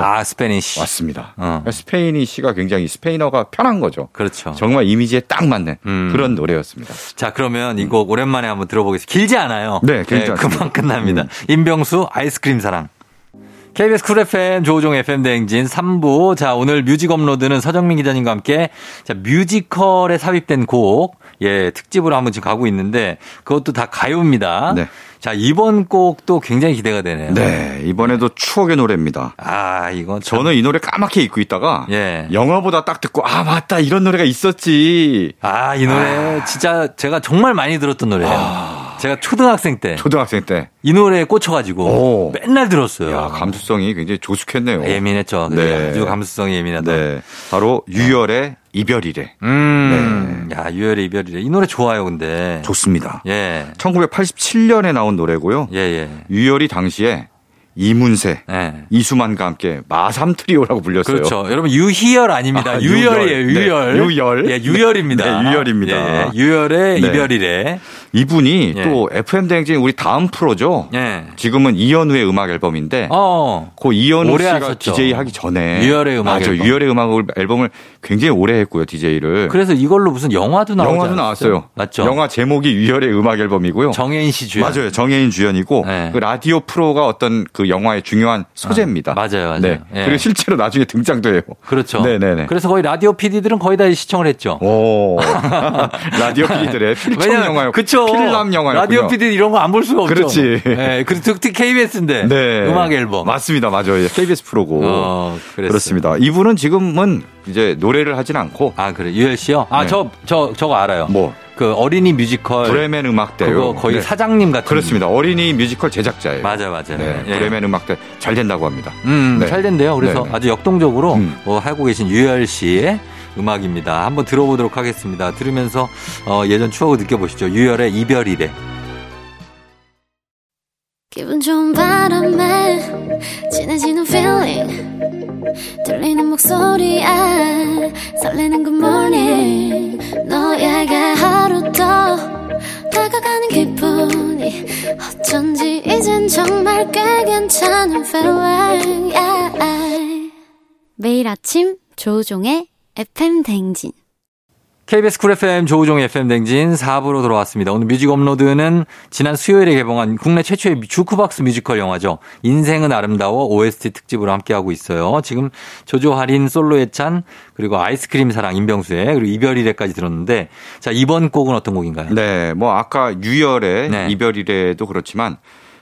Speaker 1: 아, 스페니쉬.
Speaker 4: 왔습니다. 그러니까
Speaker 1: 어.
Speaker 4: 스페인이 씨가 굉장히 스페인어가 편한 거죠.
Speaker 1: 그렇죠.
Speaker 4: 정말 이미지에 딱 맞는
Speaker 1: 음.
Speaker 4: 그런 노래였습니다.
Speaker 1: 자, 그러면 이 곡 오랜만에 한번 들어보겠습니다. 길지 않아요.
Speaker 4: 음. 네, 길지 않습니다.
Speaker 1: 금방 끝납니다.
Speaker 4: 음.
Speaker 1: 임병수 아이스크림 사랑. KBS 쿨 FM 조우종 FM 대행진 3부. 자, 오늘 뮤직 업로드는 서정민 기자님과 함께 자, 뮤지컬에 삽입된 곡, 예, 특집으로 한번 지금 가고 있는데 그것도 다 가요입니다.
Speaker 4: 네.
Speaker 1: 자, 이번 곡도 굉장히 기대가 되네요.
Speaker 4: 네, 이번에도 추억의 노래입니다.
Speaker 1: 아, 이건 참-
Speaker 4: 저는 이 노래 까맣게 잊고 있다가
Speaker 1: 예.
Speaker 4: 영화보다 딱 듣고 아 맞다 이런 노래가 있었지
Speaker 1: 아, 이 노래 진짜 제가 정말 많이 들었던 노래예요. 제가 초등학생 때 이
Speaker 4: 아. 초등학생 때
Speaker 1: 노래에 꽂혀가지고
Speaker 4: 오.
Speaker 1: 맨날 들었어요.
Speaker 4: 야, 감수성이 굉장히 조숙했네요.
Speaker 1: 예민했죠.
Speaker 4: 네.
Speaker 1: 아주 감수성이 예민하다.
Speaker 4: 네, 바로 유열의 이별이래
Speaker 1: 음. 야, 유열의 이별이래. 이 노래 좋아요, 근데.
Speaker 4: 네. 좋습니다.
Speaker 1: 예.
Speaker 4: 1987년에 나온 노래고요.
Speaker 1: 예, 예.
Speaker 4: 유열이 당시에 이문세,
Speaker 1: 예.
Speaker 4: 이수만과 함께 마삼 트리오라고 불렸어요.
Speaker 1: 그렇죠. 여러분, 유희열 아닙니다.
Speaker 4: 아,
Speaker 1: 유열이에요,
Speaker 4: 유열. 네,
Speaker 1: 유열.
Speaker 4: 유열.
Speaker 1: 예, 유열입니다.
Speaker 4: 네, 유열입니다.
Speaker 1: 예, 예. 유열의
Speaker 4: 네.
Speaker 1: 이별이래.
Speaker 4: 이분이
Speaker 1: 예.
Speaker 4: 또 FM 대행진 우리 다음 프로죠.
Speaker 1: 예.
Speaker 4: 지금은 이현우의 음악 앨범인데
Speaker 1: 어.
Speaker 4: 그 이현우
Speaker 1: 오래
Speaker 4: 씨가
Speaker 1: 하셨죠.
Speaker 4: DJ 하기 전에
Speaker 1: 유열의 음악
Speaker 4: 맞아,
Speaker 1: 앨범.
Speaker 4: 유열의 음악 앨범을 굉장히 오래 했고요 DJ를
Speaker 1: 그래서 이걸로 무슨 영화도 나오지
Speaker 4: 네. 영화도
Speaker 1: 않았어요?
Speaker 4: 나왔어요.
Speaker 1: 맞죠.
Speaker 4: 영화 제목이 유열의 음악 앨범이고요.
Speaker 1: 정혜인 씨 주연.
Speaker 4: 맞아요. 정혜인 주연이고
Speaker 1: 네.
Speaker 4: 그 라디오 프로가 어떤 그 영화의 중요한 소재입니다.
Speaker 1: 아, 맞아요, 맞아요.
Speaker 4: 네.
Speaker 1: 예.
Speaker 4: 그리고 실제로 나중에 등장도 해요.
Speaker 1: 그렇죠.
Speaker 4: 네네네.
Speaker 1: 그래서 거의 라디오 PD들은 거의 다 시청을 했죠.
Speaker 4: 오 라디오 PD들의 필청
Speaker 1: 왜냐면
Speaker 4: 영화요.
Speaker 1: 그쵸.
Speaker 4: 필남 영화요.
Speaker 1: 라디오 PD 이런 거 안 볼 수가 없죠.
Speaker 4: 그렇지.
Speaker 1: 예, 그 특히 KBS인데.
Speaker 4: 네.
Speaker 1: 음악 앨범.
Speaker 4: 맞습니다. 맞아요. 예, KBS 프로고.
Speaker 1: 어, 그랬어요.
Speaker 4: 그렇습니다. 이분은 지금은 이제 노래를 하진 않고
Speaker 1: 아 그래 유엘 씨요? 아
Speaker 4: 네.
Speaker 1: 저 저 저거 알아요.
Speaker 4: 뭐?
Speaker 1: 그 어린이 뮤지컬
Speaker 4: 브레멘 음악대요.
Speaker 1: 그거 거의
Speaker 4: 네.
Speaker 1: 사장님 같은.
Speaker 4: 그렇습니다. 어린이 뮤지컬 제작자예요.
Speaker 1: 맞아 맞아.
Speaker 4: 네.
Speaker 1: 예.
Speaker 4: 브레멘 음악대 잘 된다고 합니다.
Speaker 1: 음,
Speaker 4: 네.
Speaker 1: 잘 된대요. 그래서
Speaker 4: 네, 네.
Speaker 1: 아주 역동적으로
Speaker 4: 음.
Speaker 1: 어, 하고 계신 유열 씨의 음악입니다. 한번 들어보도록 하겠습니다. 들으면서 어, 예전 추억을 느껴보시죠. 유열의 이별이래.
Speaker 2: 기분 좋은 바람에 진해지는 feeling 들리는 목소리에 설레는 good morning 너에게 하루 더 다가가는 기분이 어쩐지 이젠 정말 꽤 괜찮은 feeling yeah.
Speaker 5: 매일 아침 조우종의 FM 댕진
Speaker 1: KBS 쿨 FM 조우종 FM 댕진 4부로 돌아왔습니다. 오늘 뮤직 업로드는 지난 수요일에 개봉한 국내 최초의 주크박스 뮤지컬 영화죠. 인생은 아름다워 OST 특집으로 함께하고 있어요. 지금 조조할인 솔로의 찬 그리고 아이스크림 사랑 임병수의 그리고 이별이래까지 들었는데 자 이번 곡은 어떤 곡인가요?
Speaker 4: 네, 뭐 아까 유열의
Speaker 1: 네.
Speaker 4: 이별이래도 그렇지만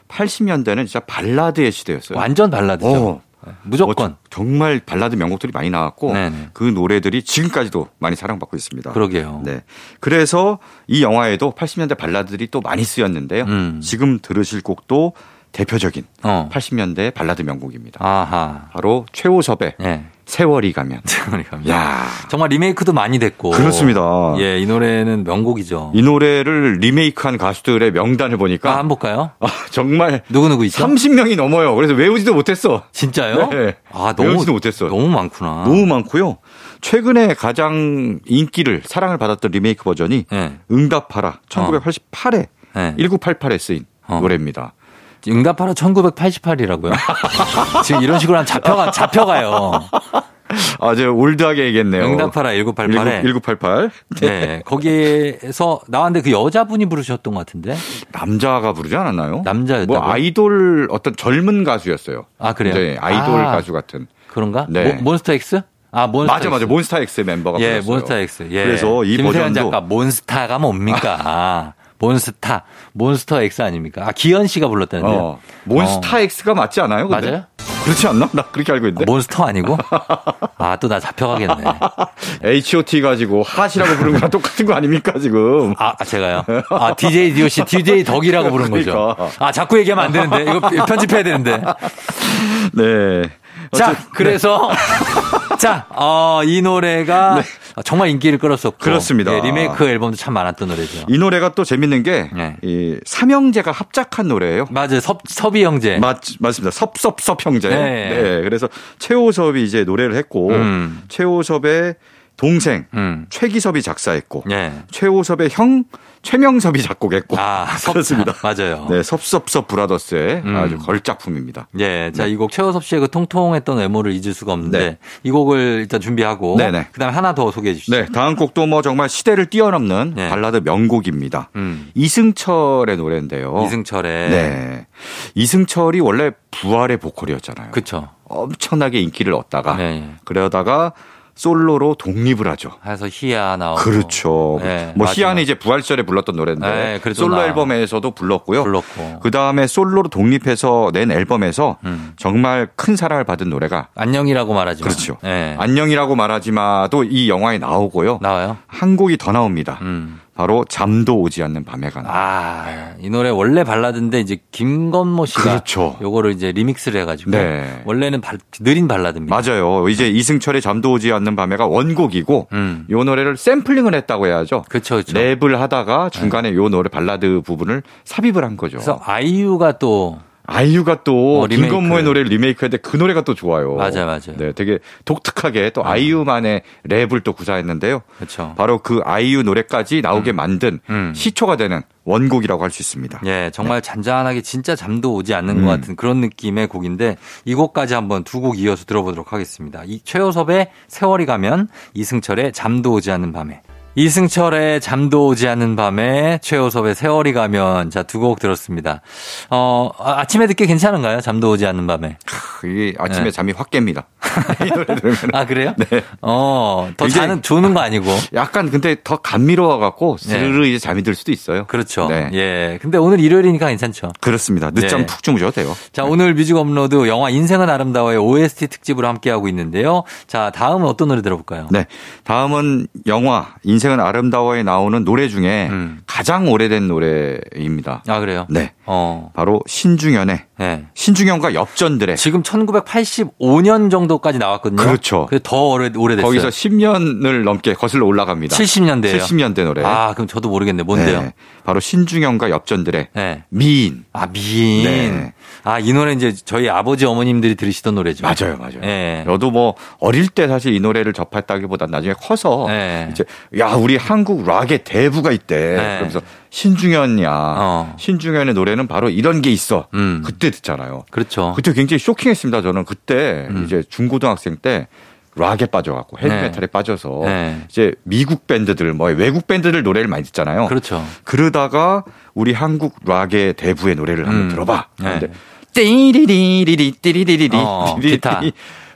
Speaker 4: 80년대는 진짜 발라드의 시대였어요.
Speaker 1: 완전 발라드죠. 네,
Speaker 4: 어.
Speaker 1: 무조건
Speaker 4: 뭐 정말 발라드 명곡들이 많이 나왔고
Speaker 1: 네네.
Speaker 4: 그 노래들이 지금까지도 많이 사랑받고 있습니다.
Speaker 1: 그러게요.
Speaker 4: 네. 그래서 이 영화에도 80년대 발라드들이 또 많이 쓰였는데요.
Speaker 1: 음.
Speaker 4: 지금 들으실 곡도 대표적인
Speaker 1: 어.
Speaker 4: 80년대 발라드 명곡입니다.
Speaker 1: 아하.
Speaker 4: 바로 최호섭의
Speaker 1: 예.
Speaker 4: 세월이 가면.
Speaker 1: 네.
Speaker 4: 야.
Speaker 1: 정말 리메이크도 많이 됐고
Speaker 4: 그렇습니다.
Speaker 1: 예, 이 노래는 명곡이죠.
Speaker 4: 이 노래를 리메이크한 가수들의 명단을 보니까
Speaker 1: 아, 한번 볼까요?
Speaker 4: 아, 정말
Speaker 1: 누구 누구 있죠?
Speaker 4: 30명이 넘어요. 그래서 외우지도 못했어.
Speaker 1: 진짜요?
Speaker 4: 네.
Speaker 1: 아,
Speaker 4: 외우지도 못했어요.
Speaker 1: 너무 많구나.
Speaker 4: 너무 많고요. 최근에 가장 인기를 사랑을 받았던 리메이크 버전이
Speaker 1: 네.
Speaker 4: 응답하라 1988에
Speaker 1: 네.
Speaker 4: 1988에 쓰인
Speaker 1: 어.
Speaker 4: 노래입니다.
Speaker 1: 응답하라 1988이라고요. 지금 이런 식으로 하면 잡혀가, 잡혀가요.
Speaker 4: 아, 제가 올드하게 얘기했네요. 어.
Speaker 1: 응답하라 1988에.
Speaker 4: 1988.
Speaker 1: 네. 거기에서 나왔는데 그 여자분이 부르셨던 것 같은데.
Speaker 4: 남자가 부르지 않았나요?
Speaker 1: 남자였다고요?
Speaker 4: 뭐 아이돌 어떤 젊은 가수였어요.
Speaker 1: 아, 그래요?
Speaker 4: 네, 아이돌
Speaker 1: 아.
Speaker 4: 가수 같은.
Speaker 1: 그런가?
Speaker 4: 네.
Speaker 1: 몬- 몬스타엑스? 아, 몬스타엑스.
Speaker 4: 맞아 맞아. 몬스타엑스 멤버가
Speaker 1: 예,
Speaker 4: 불렀어요.
Speaker 1: 몬스타엑스. 예.
Speaker 4: 그래서 이
Speaker 1: 김세현
Speaker 4: 버전도
Speaker 1: 작가 몬스타가 뭡니까? 몬스타, 몬스터 X 아닙니까? 아, 기현 씨가 불렀다는데요.
Speaker 4: 어. 몬스타 X가 맞지 않아요? 근데?
Speaker 1: 예. 맞아요?
Speaker 4: 그렇지 않나? 나 그렇게 알고
Speaker 1: 아,
Speaker 4: 있는데.
Speaker 1: 몬스터 아니고? 아, 또 나 잡혀가겠네.
Speaker 4: H.O.T 가지고 핫이라고 부른 거랑 똑같은 거 아닙니까 지금?
Speaker 1: 아, 아, 제가요? 아, DJ DOC, DJ 덕이라고 부른 거죠.
Speaker 4: 그러니까.
Speaker 1: 아, 자꾸 얘기하면 안 되는데. 이거 편집해야 되는데.
Speaker 4: 네.
Speaker 1: 자,
Speaker 4: 어쨌든,
Speaker 1: 그래서. 자, 어, 이 노래가 정말 인기를 끌었었고.
Speaker 4: 네. 그렇습니다.
Speaker 1: 예, 리메이크 앨범도 참 많았던 노래죠.
Speaker 4: 이 노래가 또 재밌는 게,
Speaker 1: 네.
Speaker 4: 이 삼형제가 합작한 노래예요.
Speaker 1: 맞아요. 섭, 섭이 형제.
Speaker 4: 맞, 맞습니다. 섭섭섭 형제.
Speaker 1: 네.
Speaker 4: 네. 그래서 최호섭이 이제 노래를 했고,
Speaker 1: 음.
Speaker 4: 최호섭의 동생,
Speaker 1: 음.
Speaker 4: 최기섭이 작사했고,
Speaker 1: 예.
Speaker 4: 최호섭의 형, 최명섭이 작곡했고.
Speaker 1: 아, 섭,
Speaker 4: 어, 그렇습니다.
Speaker 1: 맞아요.
Speaker 4: 네, 섭섭섭 브라더스의
Speaker 1: 음.
Speaker 4: 아주 걸작품입니다.
Speaker 1: 예, 자, 이 곡 최호섭 씨의 그 통통했던 외모를 잊을 수가 없는데
Speaker 4: 네.
Speaker 1: 이 곡을 일단 준비하고
Speaker 4: 네네.
Speaker 1: 그다음에 하나 더 소개해 주시죠.
Speaker 4: 네, 다음 곡도 뭐 정말 시대를 뛰어넘는
Speaker 1: 네.
Speaker 4: 발라드 명곡입니다.
Speaker 1: 음.
Speaker 4: 이승철의 노래인데요.
Speaker 1: 이승철의
Speaker 4: 어. 네. 이승철이 원래 부활의 보컬이었잖아요.
Speaker 1: 그쵸.
Speaker 4: 엄청나게 인기를 얻다가
Speaker 1: 네, 예.
Speaker 4: 그러다가 솔로로 독립을 하죠.
Speaker 1: 해서 희야 나오고
Speaker 4: 그렇죠.
Speaker 1: 어. 네,
Speaker 4: 뭐
Speaker 1: 마지막.
Speaker 4: 희한이 이제 부활 시절에 불렀던 노래인데
Speaker 1: 네, 그래도
Speaker 4: 솔로
Speaker 1: 나와요.
Speaker 4: 앨범에서도 불렀고요.
Speaker 1: 불렀고
Speaker 4: 그 다음에 솔로로 독립해서 낸 앨범에서
Speaker 1: 음.
Speaker 4: 정말 큰 사랑을 받은 노래가
Speaker 1: 안녕이라고 말하지만
Speaker 4: 그렇죠.
Speaker 1: 예.
Speaker 4: 안녕이라고 말하지마도 이 영화에 나오고요.
Speaker 1: 나와요.
Speaker 4: 한 곡이 더 나옵니다.
Speaker 1: 음.
Speaker 4: 바로 잠도 오지 않는 밤에가 나.
Speaker 1: 아, 이 노래 원래 발라드인데 이제 김건모 씨가
Speaker 4: 그렇죠.
Speaker 1: 요거를 이제 리믹스를 해 가지고
Speaker 4: 네.
Speaker 1: 원래는 발- 느린 발라드입니다.
Speaker 4: 맞아요. 이제 이승철의 잠도 오지 않는 밤에가 원곡이고
Speaker 1: 음.
Speaker 4: 요 노래를 샘플링을 했다고 해야죠.
Speaker 1: 그렇죠. 그렇죠. 네.
Speaker 4: 랩을 하다가 중간에 요 노래 발라드 부분을 삽입을 한 거죠.
Speaker 1: 그래서 아이유가 또
Speaker 4: 아이유가 또
Speaker 1: 어, 리메이크.
Speaker 4: 김건모의 노래를 리메이크했는데 그 노래가 또 좋아요.
Speaker 1: 맞아요, 맞아요.
Speaker 4: 네, 되게 독특하게 또 아이유만의 랩을 또 구사했는데요.
Speaker 1: 그렇죠.
Speaker 4: 바로 그 아이유 노래까지 나오게 만든
Speaker 1: 음.
Speaker 4: 시초가 되는 원곡이라고 할 수 있습니다.
Speaker 1: 예, 정말
Speaker 4: 네.
Speaker 1: 잔잔하게 진짜 잠도 오지 않는
Speaker 4: 음.
Speaker 1: 것 같은 그런 느낌의 곡인데 이 곡까지 한번 두 곡 이어서 들어보도록 하겠습니다. 이 최호섭의 세월이 가면 이승철의 잠도 오지 않는 밤에 이승철의 잠도 오지 않는 밤에 최호섭의 세월이 가면 자 두 곡 들었습니다. 어 아, 아침에 듣기 괜찮은가요? 잠도 오지 않는 밤에
Speaker 4: 크, 이게 아침에
Speaker 1: 네.
Speaker 4: 잠이 확 깹니다. 이 노래 들으면
Speaker 1: 아 그래요? 어더
Speaker 4: 네. 굉장히-
Speaker 1: 자는 조는 거 아니고
Speaker 4: 약간 근데 더 감미로워 갖고 스르르 이제 잠이 들 수도 있어요.
Speaker 1: 네. 그렇죠.
Speaker 4: 네.
Speaker 1: 예, 근데 오늘 일요일이니까 괜찮죠.
Speaker 4: 그렇습니다. 늦잠
Speaker 1: 네.
Speaker 4: 푹 주무셔도 돼요.
Speaker 1: 자, 오늘 뮤직 업로드 영화 인생은 아름다워의 OST 특집으로 함께하고 있는데요. 자, 다음은 어떤 노래 들어볼까요?
Speaker 4: 네. 다음은 영화 인생은 아름다워에 나오는 노래 중에
Speaker 1: 음.
Speaker 4: 가장 오래된 노래입니다.
Speaker 1: 아, 그래요?
Speaker 4: 네.
Speaker 1: 어.
Speaker 4: 바로 신중현의
Speaker 1: 네.
Speaker 4: 신중현과 엽전들의
Speaker 1: 지금 1985년 정도까지 나왔거든요.
Speaker 4: 그렇죠.
Speaker 1: 근데 더 오래, 오래됐어요.
Speaker 4: 거기서 10년을 넘게 거슬러 올라갑니다.
Speaker 1: 70년대예요.
Speaker 4: 70년대 노래.
Speaker 1: 아, 그럼 저도 모르겠네. 뭔데요? 네.
Speaker 4: 네. 바로 신중현과 엽전들의 미인.
Speaker 1: 아, 미인.
Speaker 4: 네.
Speaker 1: 아, 이 노래 이제 저희 아버지 어머님들이 들으시던 노래죠.
Speaker 4: 맞아요, 맞아요.
Speaker 1: 예.
Speaker 4: 저도 뭐 어릴 때 사실 이 노래를 접했다기보단 나중에 커서
Speaker 1: 네.
Speaker 4: 이제 야 우리 한국 락의 대부가 있대.
Speaker 1: 네.
Speaker 4: 그러면서 신중현이야.
Speaker 1: 어.
Speaker 4: 신중현의 노래는 바로 이런 게 있어.
Speaker 1: 음.
Speaker 4: 그때 듣잖아요.
Speaker 1: 그렇죠.
Speaker 4: 그때 굉장히 쇼킹했습니다. 저는 그때
Speaker 1: 음.
Speaker 4: 이제 중고등학생 때 락에 빠져갖고 헤비메탈에 빠져서
Speaker 1: 네.
Speaker 4: 이제 미국 밴드들 뭐 외국 밴드들 노래를 많이 듣잖아요.
Speaker 1: 그렇죠.
Speaker 4: 그러다가 우리 한국 락의 대부의 노래를 한번
Speaker 1: 음.
Speaker 4: 들어봐.
Speaker 1: 네.
Speaker 4: 근데 띠리리리리 띠리리리리
Speaker 1: 어,
Speaker 4: 띠리리리.
Speaker 1: 기타.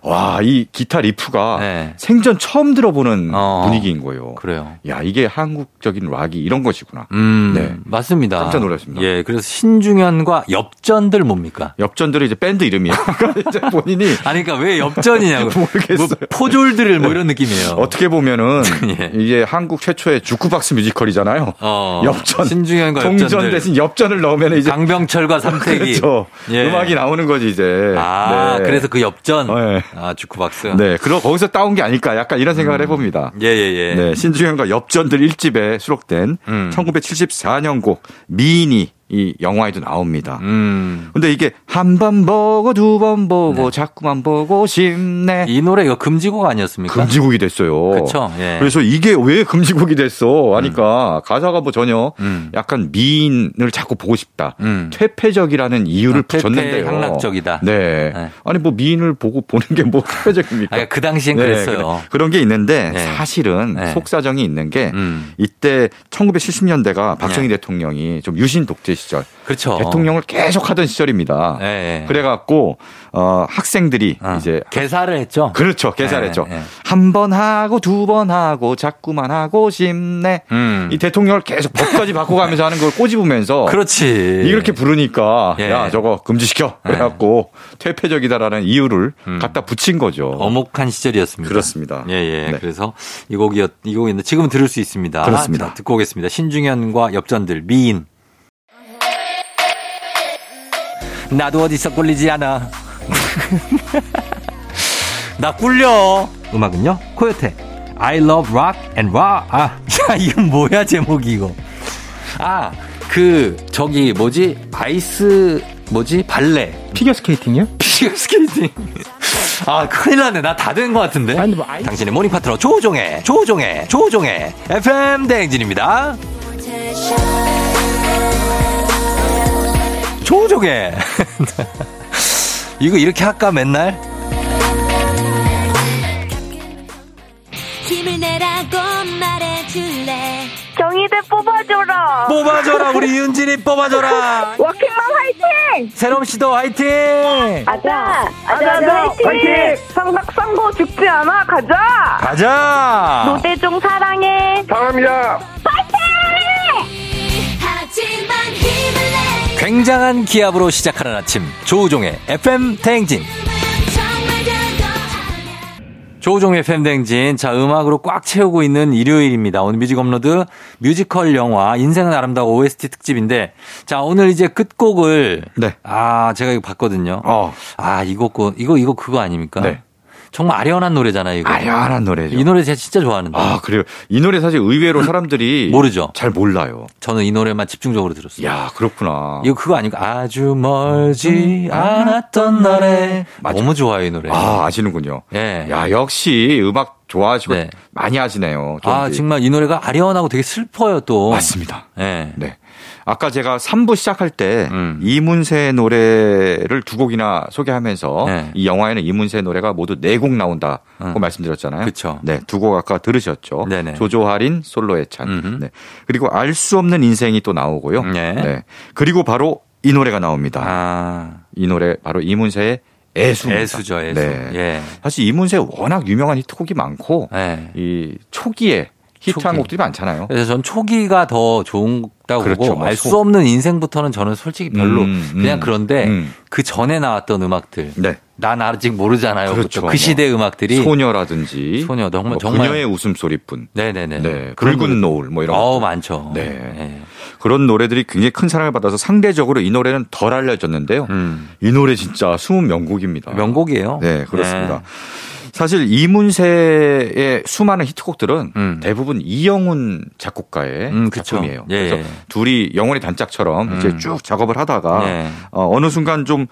Speaker 4: 와, 이 기타 리프가
Speaker 1: 네.
Speaker 4: 생전 처음 들어보는
Speaker 1: 어.
Speaker 4: 분위기인 거예요.
Speaker 1: 그래요.
Speaker 4: 야, 이게 한국적인 락이 이런 것이구나.
Speaker 1: 음.
Speaker 4: 네.
Speaker 1: 맞습니다.
Speaker 4: 깜짝 놀랐습니다.
Speaker 1: 예. 그래서 신중현과 엽전들 뭡니까?
Speaker 4: 엽전들의 이제 밴드 이름이에요. 그러니까 이제 본인이
Speaker 1: 아니, 그러니까 왜 엽전이냐고.
Speaker 4: 모르겠어요.
Speaker 1: 뭐 포졸들 뭐 이런 느낌이에요.
Speaker 4: 어떻게 보면은
Speaker 1: 예.
Speaker 4: 이게 한국 최초의 주크박스 뮤지컬이잖아요.
Speaker 1: 어,
Speaker 4: 엽전.
Speaker 1: 신중현과
Speaker 4: 동전
Speaker 1: 엽전들.
Speaker 4: 대신 엽전을 넣으면 이제
Speaker 1: 강병철과 삼태기.
Speaker 4: 그렇죠.
Speaker 1: 예.
Speaker 4: 음악이 나오는 거지 이제.
Speaker 1: 아,
Speaker 4: 네.
Speaker 1: 그래서 그 엽전.
Speaker 4: 네.
Speaker 1: 아, 주쿠박스.
Speaker 4: 네, 그러 거기서 따온 게 아닐까 약간 이런 생각을 해봅니다.
Speaker 1: 예, 예, 예.
Speaker 4: 네, 신중현과 엽전들 1집에 수록된
Speaker 1: 음.
Speaker 4: 1974년 곡 미인이 이 영화에도 나옵니다.
Speaker 1: 음.
Speaker 4: 근데 이게 한 번 보고 두 번 보고 자꾸만 보고
Speaker 1: 네.
Speaker 4: 싶네.
Speaker 1: 이 노래 이거 금지곡 아니었습니까?
Speaker 4: 금지곡이 됐어요.
Speaker 1: 그쵸, 예.
Speaker 4: 그래서 이게 왜 금지곡이 됐어? 하니까 가사가 뭐 전혀
Speaker 1: 음.
Speaker 4: 약간 미인을 자꾸 보고 싶다.
Speaker 1: 음.
Speaker 4: 퇴폐적이라는 이유를
Speaker 1: 아, 퇴폐
Speaker 4: 붙였는데요.
Speaker 1: 향락적이다.
Speaker 4: 네.
Speaker 1: 네.
Speaker 4: 아니 뭐 미인을 보고 보는 게 뭐 퇴폐적입니까?
Speaker 1: 아, 그 당시엔
Speaker 4: 네,
Speaker 1: 그랬어요.
Speaker 4: 그래. 그런 게 있는데
Speaker 1: 네.
Speaker 4: 사실은
Speaker 1: 네.
Speaker 4: 속사정이 있는 게
Speaker 1: 음. 네.
Speaker 4: 이때 1970년대가 박정희 대통령이 좀 유신 독재 시절
Speaker 1: 그렇죠.
Speaker 4: 대통령을 계속 하던 시절입니다.
Speaker 1: 예, 예.
Speaker 4: 그래갖고 어, 학생들이
Speaker 1: 어.
Speaker 4: 이제
Speaker 1: 개사를 했죠.
Speaker 4: 그렇죠 계산했죠.
Speaker 1: 예, 예.
Speaker 4: 한 번 하고 두 번 하고 자꾸만 하고 싶네.
Speaker 1: 음.
Speaker 4: 이 대통령을 계속 법까지 바꿔가면서 하는 걸 꼬집으면서
Speaker 1: 그렇지.
Speaker 4: 이렇게 부르니까
Speaker 1: 예. 네.
Speaker 4: 야 저거 금지시켜 그래갖고 퇴폐적이다라는 이유를 갖다 붙인 거죠.
Speaker 1: 음. 어목한 시절이었습니다.
Speaker 4: 그렇습니다.
Speaker 1: 예, 예.
Speaker 4: 네.
Speaker 1: 그래서 이 곡이었, 이 곡인데 지금은 들을 수 있습니다.
Speaker 4: 그렇습니다.
Speaker 1: 자, 듣고 오겠습니다. 신중현과 엽전들, 미인. 나도 어디서 꿀리지 않아. 나 꿀려. 음악은요? 코요테. I love rock and rock. 아, 야, 이건 뭐야, 제목이 이거. 아, 그, 저기, 뭐지? 아이스, 뭐지? 발레.
Speaker 3: 피겨 스케이팅이요?
Speaker 1: 피겨스케이팅. 아, 큰일 났네. 나 다 된 것 같은데.
Speaker 3: 아니, 뭐 아이-
Speaker 1: 당신의 모닝 파트너 조우종의, 조우종의, 조우종의 FM 대행진입니다. 조우종의. 이거 이렇게 할까, 맨날?
Speaker 2: 힘을 내라고 말해줄래
Speaker 6: 경희대 뽑아줘라.
Speaker 1: 뽑아줘라, 우리 윤진이 뽑아줘라.
Speaker 6: 워킹맘 화이팅!
Speaker 1: 새롬 씨도 화이팅!
Speaker 6: 아자, 아자, 화이팅! 상박상고 죽지 않아, 가자!
Speaker 1: 가자!
Speaker 6: 노대종 사랑해.
Speaker 2: 하지만 힘을 내
Speaker 1: 굉장한 기합으로 시작하는 아침. 조우종의 FM 대행진.
Speaker 2: 정말 별거 아니야
Speaker 1: 조우종의 팬댕진. 자, 음악으로 꽉 채우고 있는 일요일입니다. 오늘 뮤직 업로드 뮤지컬 영화 인생은 아름다워 OST 특집인데 자, 오늘 이제 끝곡을
Speaker 4: 네.
Speaker 1: 아, 제가 이거 봤거든요.
Speaker 4: 어.
Speaker 1: 아, 이거 거- 이거 이거 그거 아닙니까?
Speaker 4: 네.
Speaker 1: 정말 아련한 노래잖아요, 이거.
Speaker 4: 아련한 노래죠.
Speaker 1: 이 노래 제가 진짜 좋아하는데.
Speaker 4: 아 그래요. 이 노래 사실 의외로 사람들이
Speaker 1: 모르죠.
Speaker 4: 잘 몰라요.
Speaker 1: 저는 이 노래만 집중적으로 들었어요.
Speaker 4: 야 그렇구나.
Speaker 1: 이거 그거 아닌가? 아주 멀지 않았던 날에
Speaker 4: 음. 맞아.
Speaker 1: 너무 좋아요, 이 노래.
Speaker 4: 아 아시는군요.
Speaker 1: 예.
Speaker 4: 야 역시 음악 좋아하시고
Speaker 1: 네.
Speaker 4: 많이 하시네요.
Speaker 1: 아,
Speaker 4: 조은지.
Speaker 1: 정말 이 노래가 아련하고 되게 슬퍼요, 또.
Speaker 4: 맞습니다.
Speaker 1: 예.
Speaker 4: 네. 아까 제가 3부 시작할 때
Speaker 1: 음.
Speaker 4: 이문세 노래를 두 곡이나 소개하면서
Speaker 1: 네.
Speaker 4: 이 영화에는 이문세 노래가 모두 네 곡 나온다고 그
Speaker 1: 음.
Speaker 4: 말씀드렸잖아요.
Speaker 1: 그쵸.
Speaker 4: 네, 두 곡 아까 들으셨죠.
Speaker 1: 네네.
Speaker 4: 조조할인 솔로의 찬.
Speaker 1: 음흠.
Speaker 4: 네. 그리고 알 수 없는 인생이 또 나오고요.
Speaker 1: 네.
Speaker 4: 그리고 바로 이 노래가 나옵니다.
Speaker 1: 아.
Speaker 4: 이 노래 바로 이문세의 애수입니다.
Speaker 1: 애수죠, 애수.
Speaker 4: 네.
Speaker 1: 예.
Speaker 4: 사실 이문세 워낙 유명한 히트곡이 많고
Speaker 1: 네.
Speaker 4: 이 초기에 히트한
Speaker 1: 초기.
Speaker 4: 곡들이 많잖아요.
Speaker 1: 그래서 전 초기가 더 좋다고
Speaker 4: 그렇죠.
Speaker 1: 보고
Speaker 4: 뭐
Speaker 1: 알 수
Speaker 4: 소-
Speaker 1: 없는 인생부터는 저는 솔직히 별로
Speaker 4: 음, 음.
Speaker 1: 그냥 그런데
Speaker 4: 음.
Speaker 1: 그 전에 나왔던 음악들
Speaker 4: 네.
Speaker 1: 난 아직 모르잖아요.
Speaker 4: 그렇죠.
Speaker 1: 그쵸? 그
Speaker 4: 뭐
Speaker 1: 시대 음악들이
Speaker 4: 소녀라든지
Speaker 1: 소녀, 정말-
Speaker 4: 뭐
Speaker 1: 정말-
Speaker 4: 그녀의 웃음소리뿐
Speaker 1: 네네네.
Speaker 4: 네,
Speaker 1: 그런
Speaker 4: 붉은
Speaker 1: 노래.
Speaker 4: 노을 뭐 이런
Speaker 1: 어우
Speaker 4: 것들.
Speaker 1: 많죠.
Speaker 4: 네.
Speaker 1: 예.
Speaker 4: 그런 노래들이 굉장히 큰 사랑을 받아서 상대적으로 이 노래는 덜 알려졌는데요.
Speaker 1: 음.
Speaker 4: 이 노래 진짜 숨은 명곡입니다.
Speaker 1: 어. 명곡이에요.
Speaker 4: 네 그렇습니다. 사실 이문세의 수많은 히트곡들은
Speaker 1: 음.
Speaker 4: 대부분 이영훈 작곡가의
Speaker 1: 음, 그쵸.
Speaker 4: 작품이에요.
Speaker 1: 예, 예.
Speaker 4: 그래서 둘이 영혼의 단짝처럼 이제
Speaker 1: 음.
Speaker 4: 쭉 작업을 하다가
Speaker 1: 예.
Speaker 4: 어, 어느 순간 좀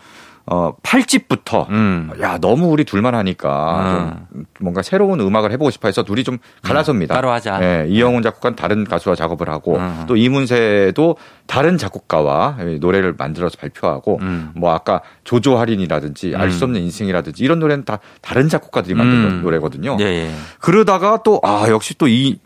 Speaker 4: 어, 팔집부터
Speaker 1: 음. 아.
Speaker 4: 야 너무 우리 둘만 하니까 좀 뭔가 새로운 음악을 해보고 싶어해서 둘이 좀 갈라섭니다.
Speaker 1: 따로 하자. 네.
Speaker 4: 예, 이영훈 작곡가는 다른 가수와 작업을 하고
Speaker 1: 음.
Speaker 4: 또 이문세도 다른 작곡가와 노래를 만들어서 발표하고
Speaker 1: 음.
Speaker 4: 뭐 아까 조조 할인이라든지 알 수 없는 인생이라든지 이런 노래는 다 다른 작곡가들이 만든
Speaker 1: 음.
Speaker 4: 노래거든요.
Speaker 1: 예, 예.
Speaker 4: 그러다가 또 아 역시 또 이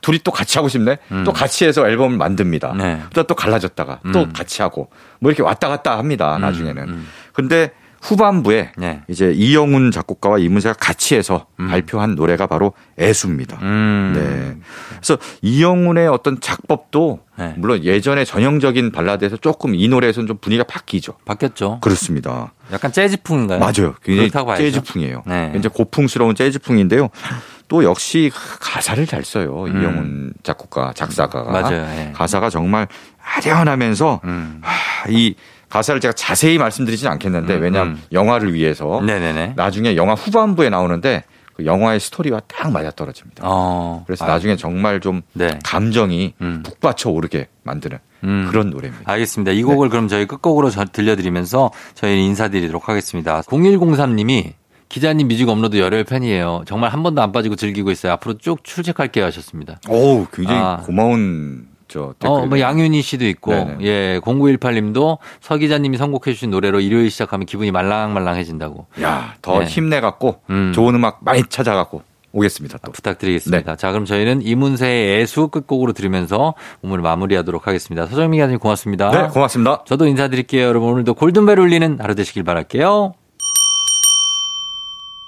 Speaker 4: 둘이 또 같이 하고 싶네.
Speaker 1: 음.
Speaker 4: 또 같이 해서 앨범을 만듭니다.
Speaker 1: 네.
Speaker 4: 그러다 또 갈라졌다가 또
Speaker 1: 음.
Speaker 4: 같이 하고 뭐 이렇게 왔다 갔다 합니다.
Speaker 1: 음,
Speaker 4: 나중에는.
Speaker 1: 음.
Speaker 4: 근데 후반부에
Speaker 1: 네.
Speaker 4: 이제 이영훈 작곡가와 이문세가 같이 해서 발표한 노래가 바로 애수입니다.
Speaker 1: 음.
Speaker 4: 네. 그래서 이영훈의 어떤 작법도
Speaker 1: 네.
Speaker 4: 물론 예전의 전형적인 발라드에서 조금 이 노래에서는 좀 분위기가 바뀌죠.
Speaker 1: 바뀌었죠.
Speaker 4: 그렇습니다.
Speaker 1: 약간 네. 재즈풍인가요?
Speaker 4: 맞아요. 굉장히
Speaker 1: 그렇다고 봐야죠.
Speaker 4: 재즈풍이에요.
Speaker 1: 네.
Speaker 4: 굉장히 고풍스러운 재즈풍인데요. 또 역시 가사를 잘 써요. 이영훈 작곡가, 작사가가.
Speaker 1: 음. 맞아요. 예.
Speaker 4: 가사가 정말 아련하면서
Speaker 1: 음.
Speaker 4: 하, 이 가사를 제가 자세히 말씀드리진 않겠는데
Speaker 1: 음,
Speaker 4: 왜냐하면
Speaker 1: 음.
Speaker 4: 영화를 위해서
Speaker 1: 네네네.
Speaker 4: 나중에 영화 후반부에 나오는데 그 영화의 스토리와 딱 맞아떨어집니다.
Speaker 1: 어.
Speaker 4: 그래서
Speaker 1: 아,
Speaker 4: 나중에 정말 좀
Speaker 1: 네.
Speaker 4: 감정이
Speaker 1: 음.
Speaker 4: 북받쳐 오르게 만드는
Speaker 1: 음.
Speaker 4: 그런 노래입니다.
Speaker 1: 알겠습니다. 이
Speaker 4: 네.
Speaker 1: 곡을 그럼 저희 끝곡으로 저- 들려드리면서 저희 인사드리도록 하겠습니다. 0103님이 기자님 뮤직 업로드 열혈 팬이에요. 정말 한 번도 안 빠지고 즐기고 있어요. 앞으로 쭉 출첵할게요 하셨습니다.
Speaker 4: 어우, 굉장히
Speaker 1: 아.
Speaker 4: 고마운 저 댓글.
Speaker 1: 어, 뭐 양윤희 씨도 있고,
Speaker 4: 네네.
Speaker 1: 예, 0918님도 서 기자님이 선곡해주신 노래로 일요일 시작하면 기분이 말랑말랑해진다고.
Speaker 4: 야, 더
Speaker 1: 네.
Speaker 4: 힘내 갖고
Speaker 1: 음.
Speaker 4: 좋은 음악 많이 찾아 갖고 오겠습니다. 또. 네.
Speaker 1: 부탁드리겠습니다. 자, 그럼 저희는 이문세의 애수 끝곡으로 들으면서 오늘 마무리하도록 하겠습니다. 서정민 기자님 고맙습니다.
Speaker 4: 네, 고맙습니다.
Speaker 1: 저도 인사드릴게요. 여러분 오늘도 골든벨 울리는 하루 되시길 바랄게요.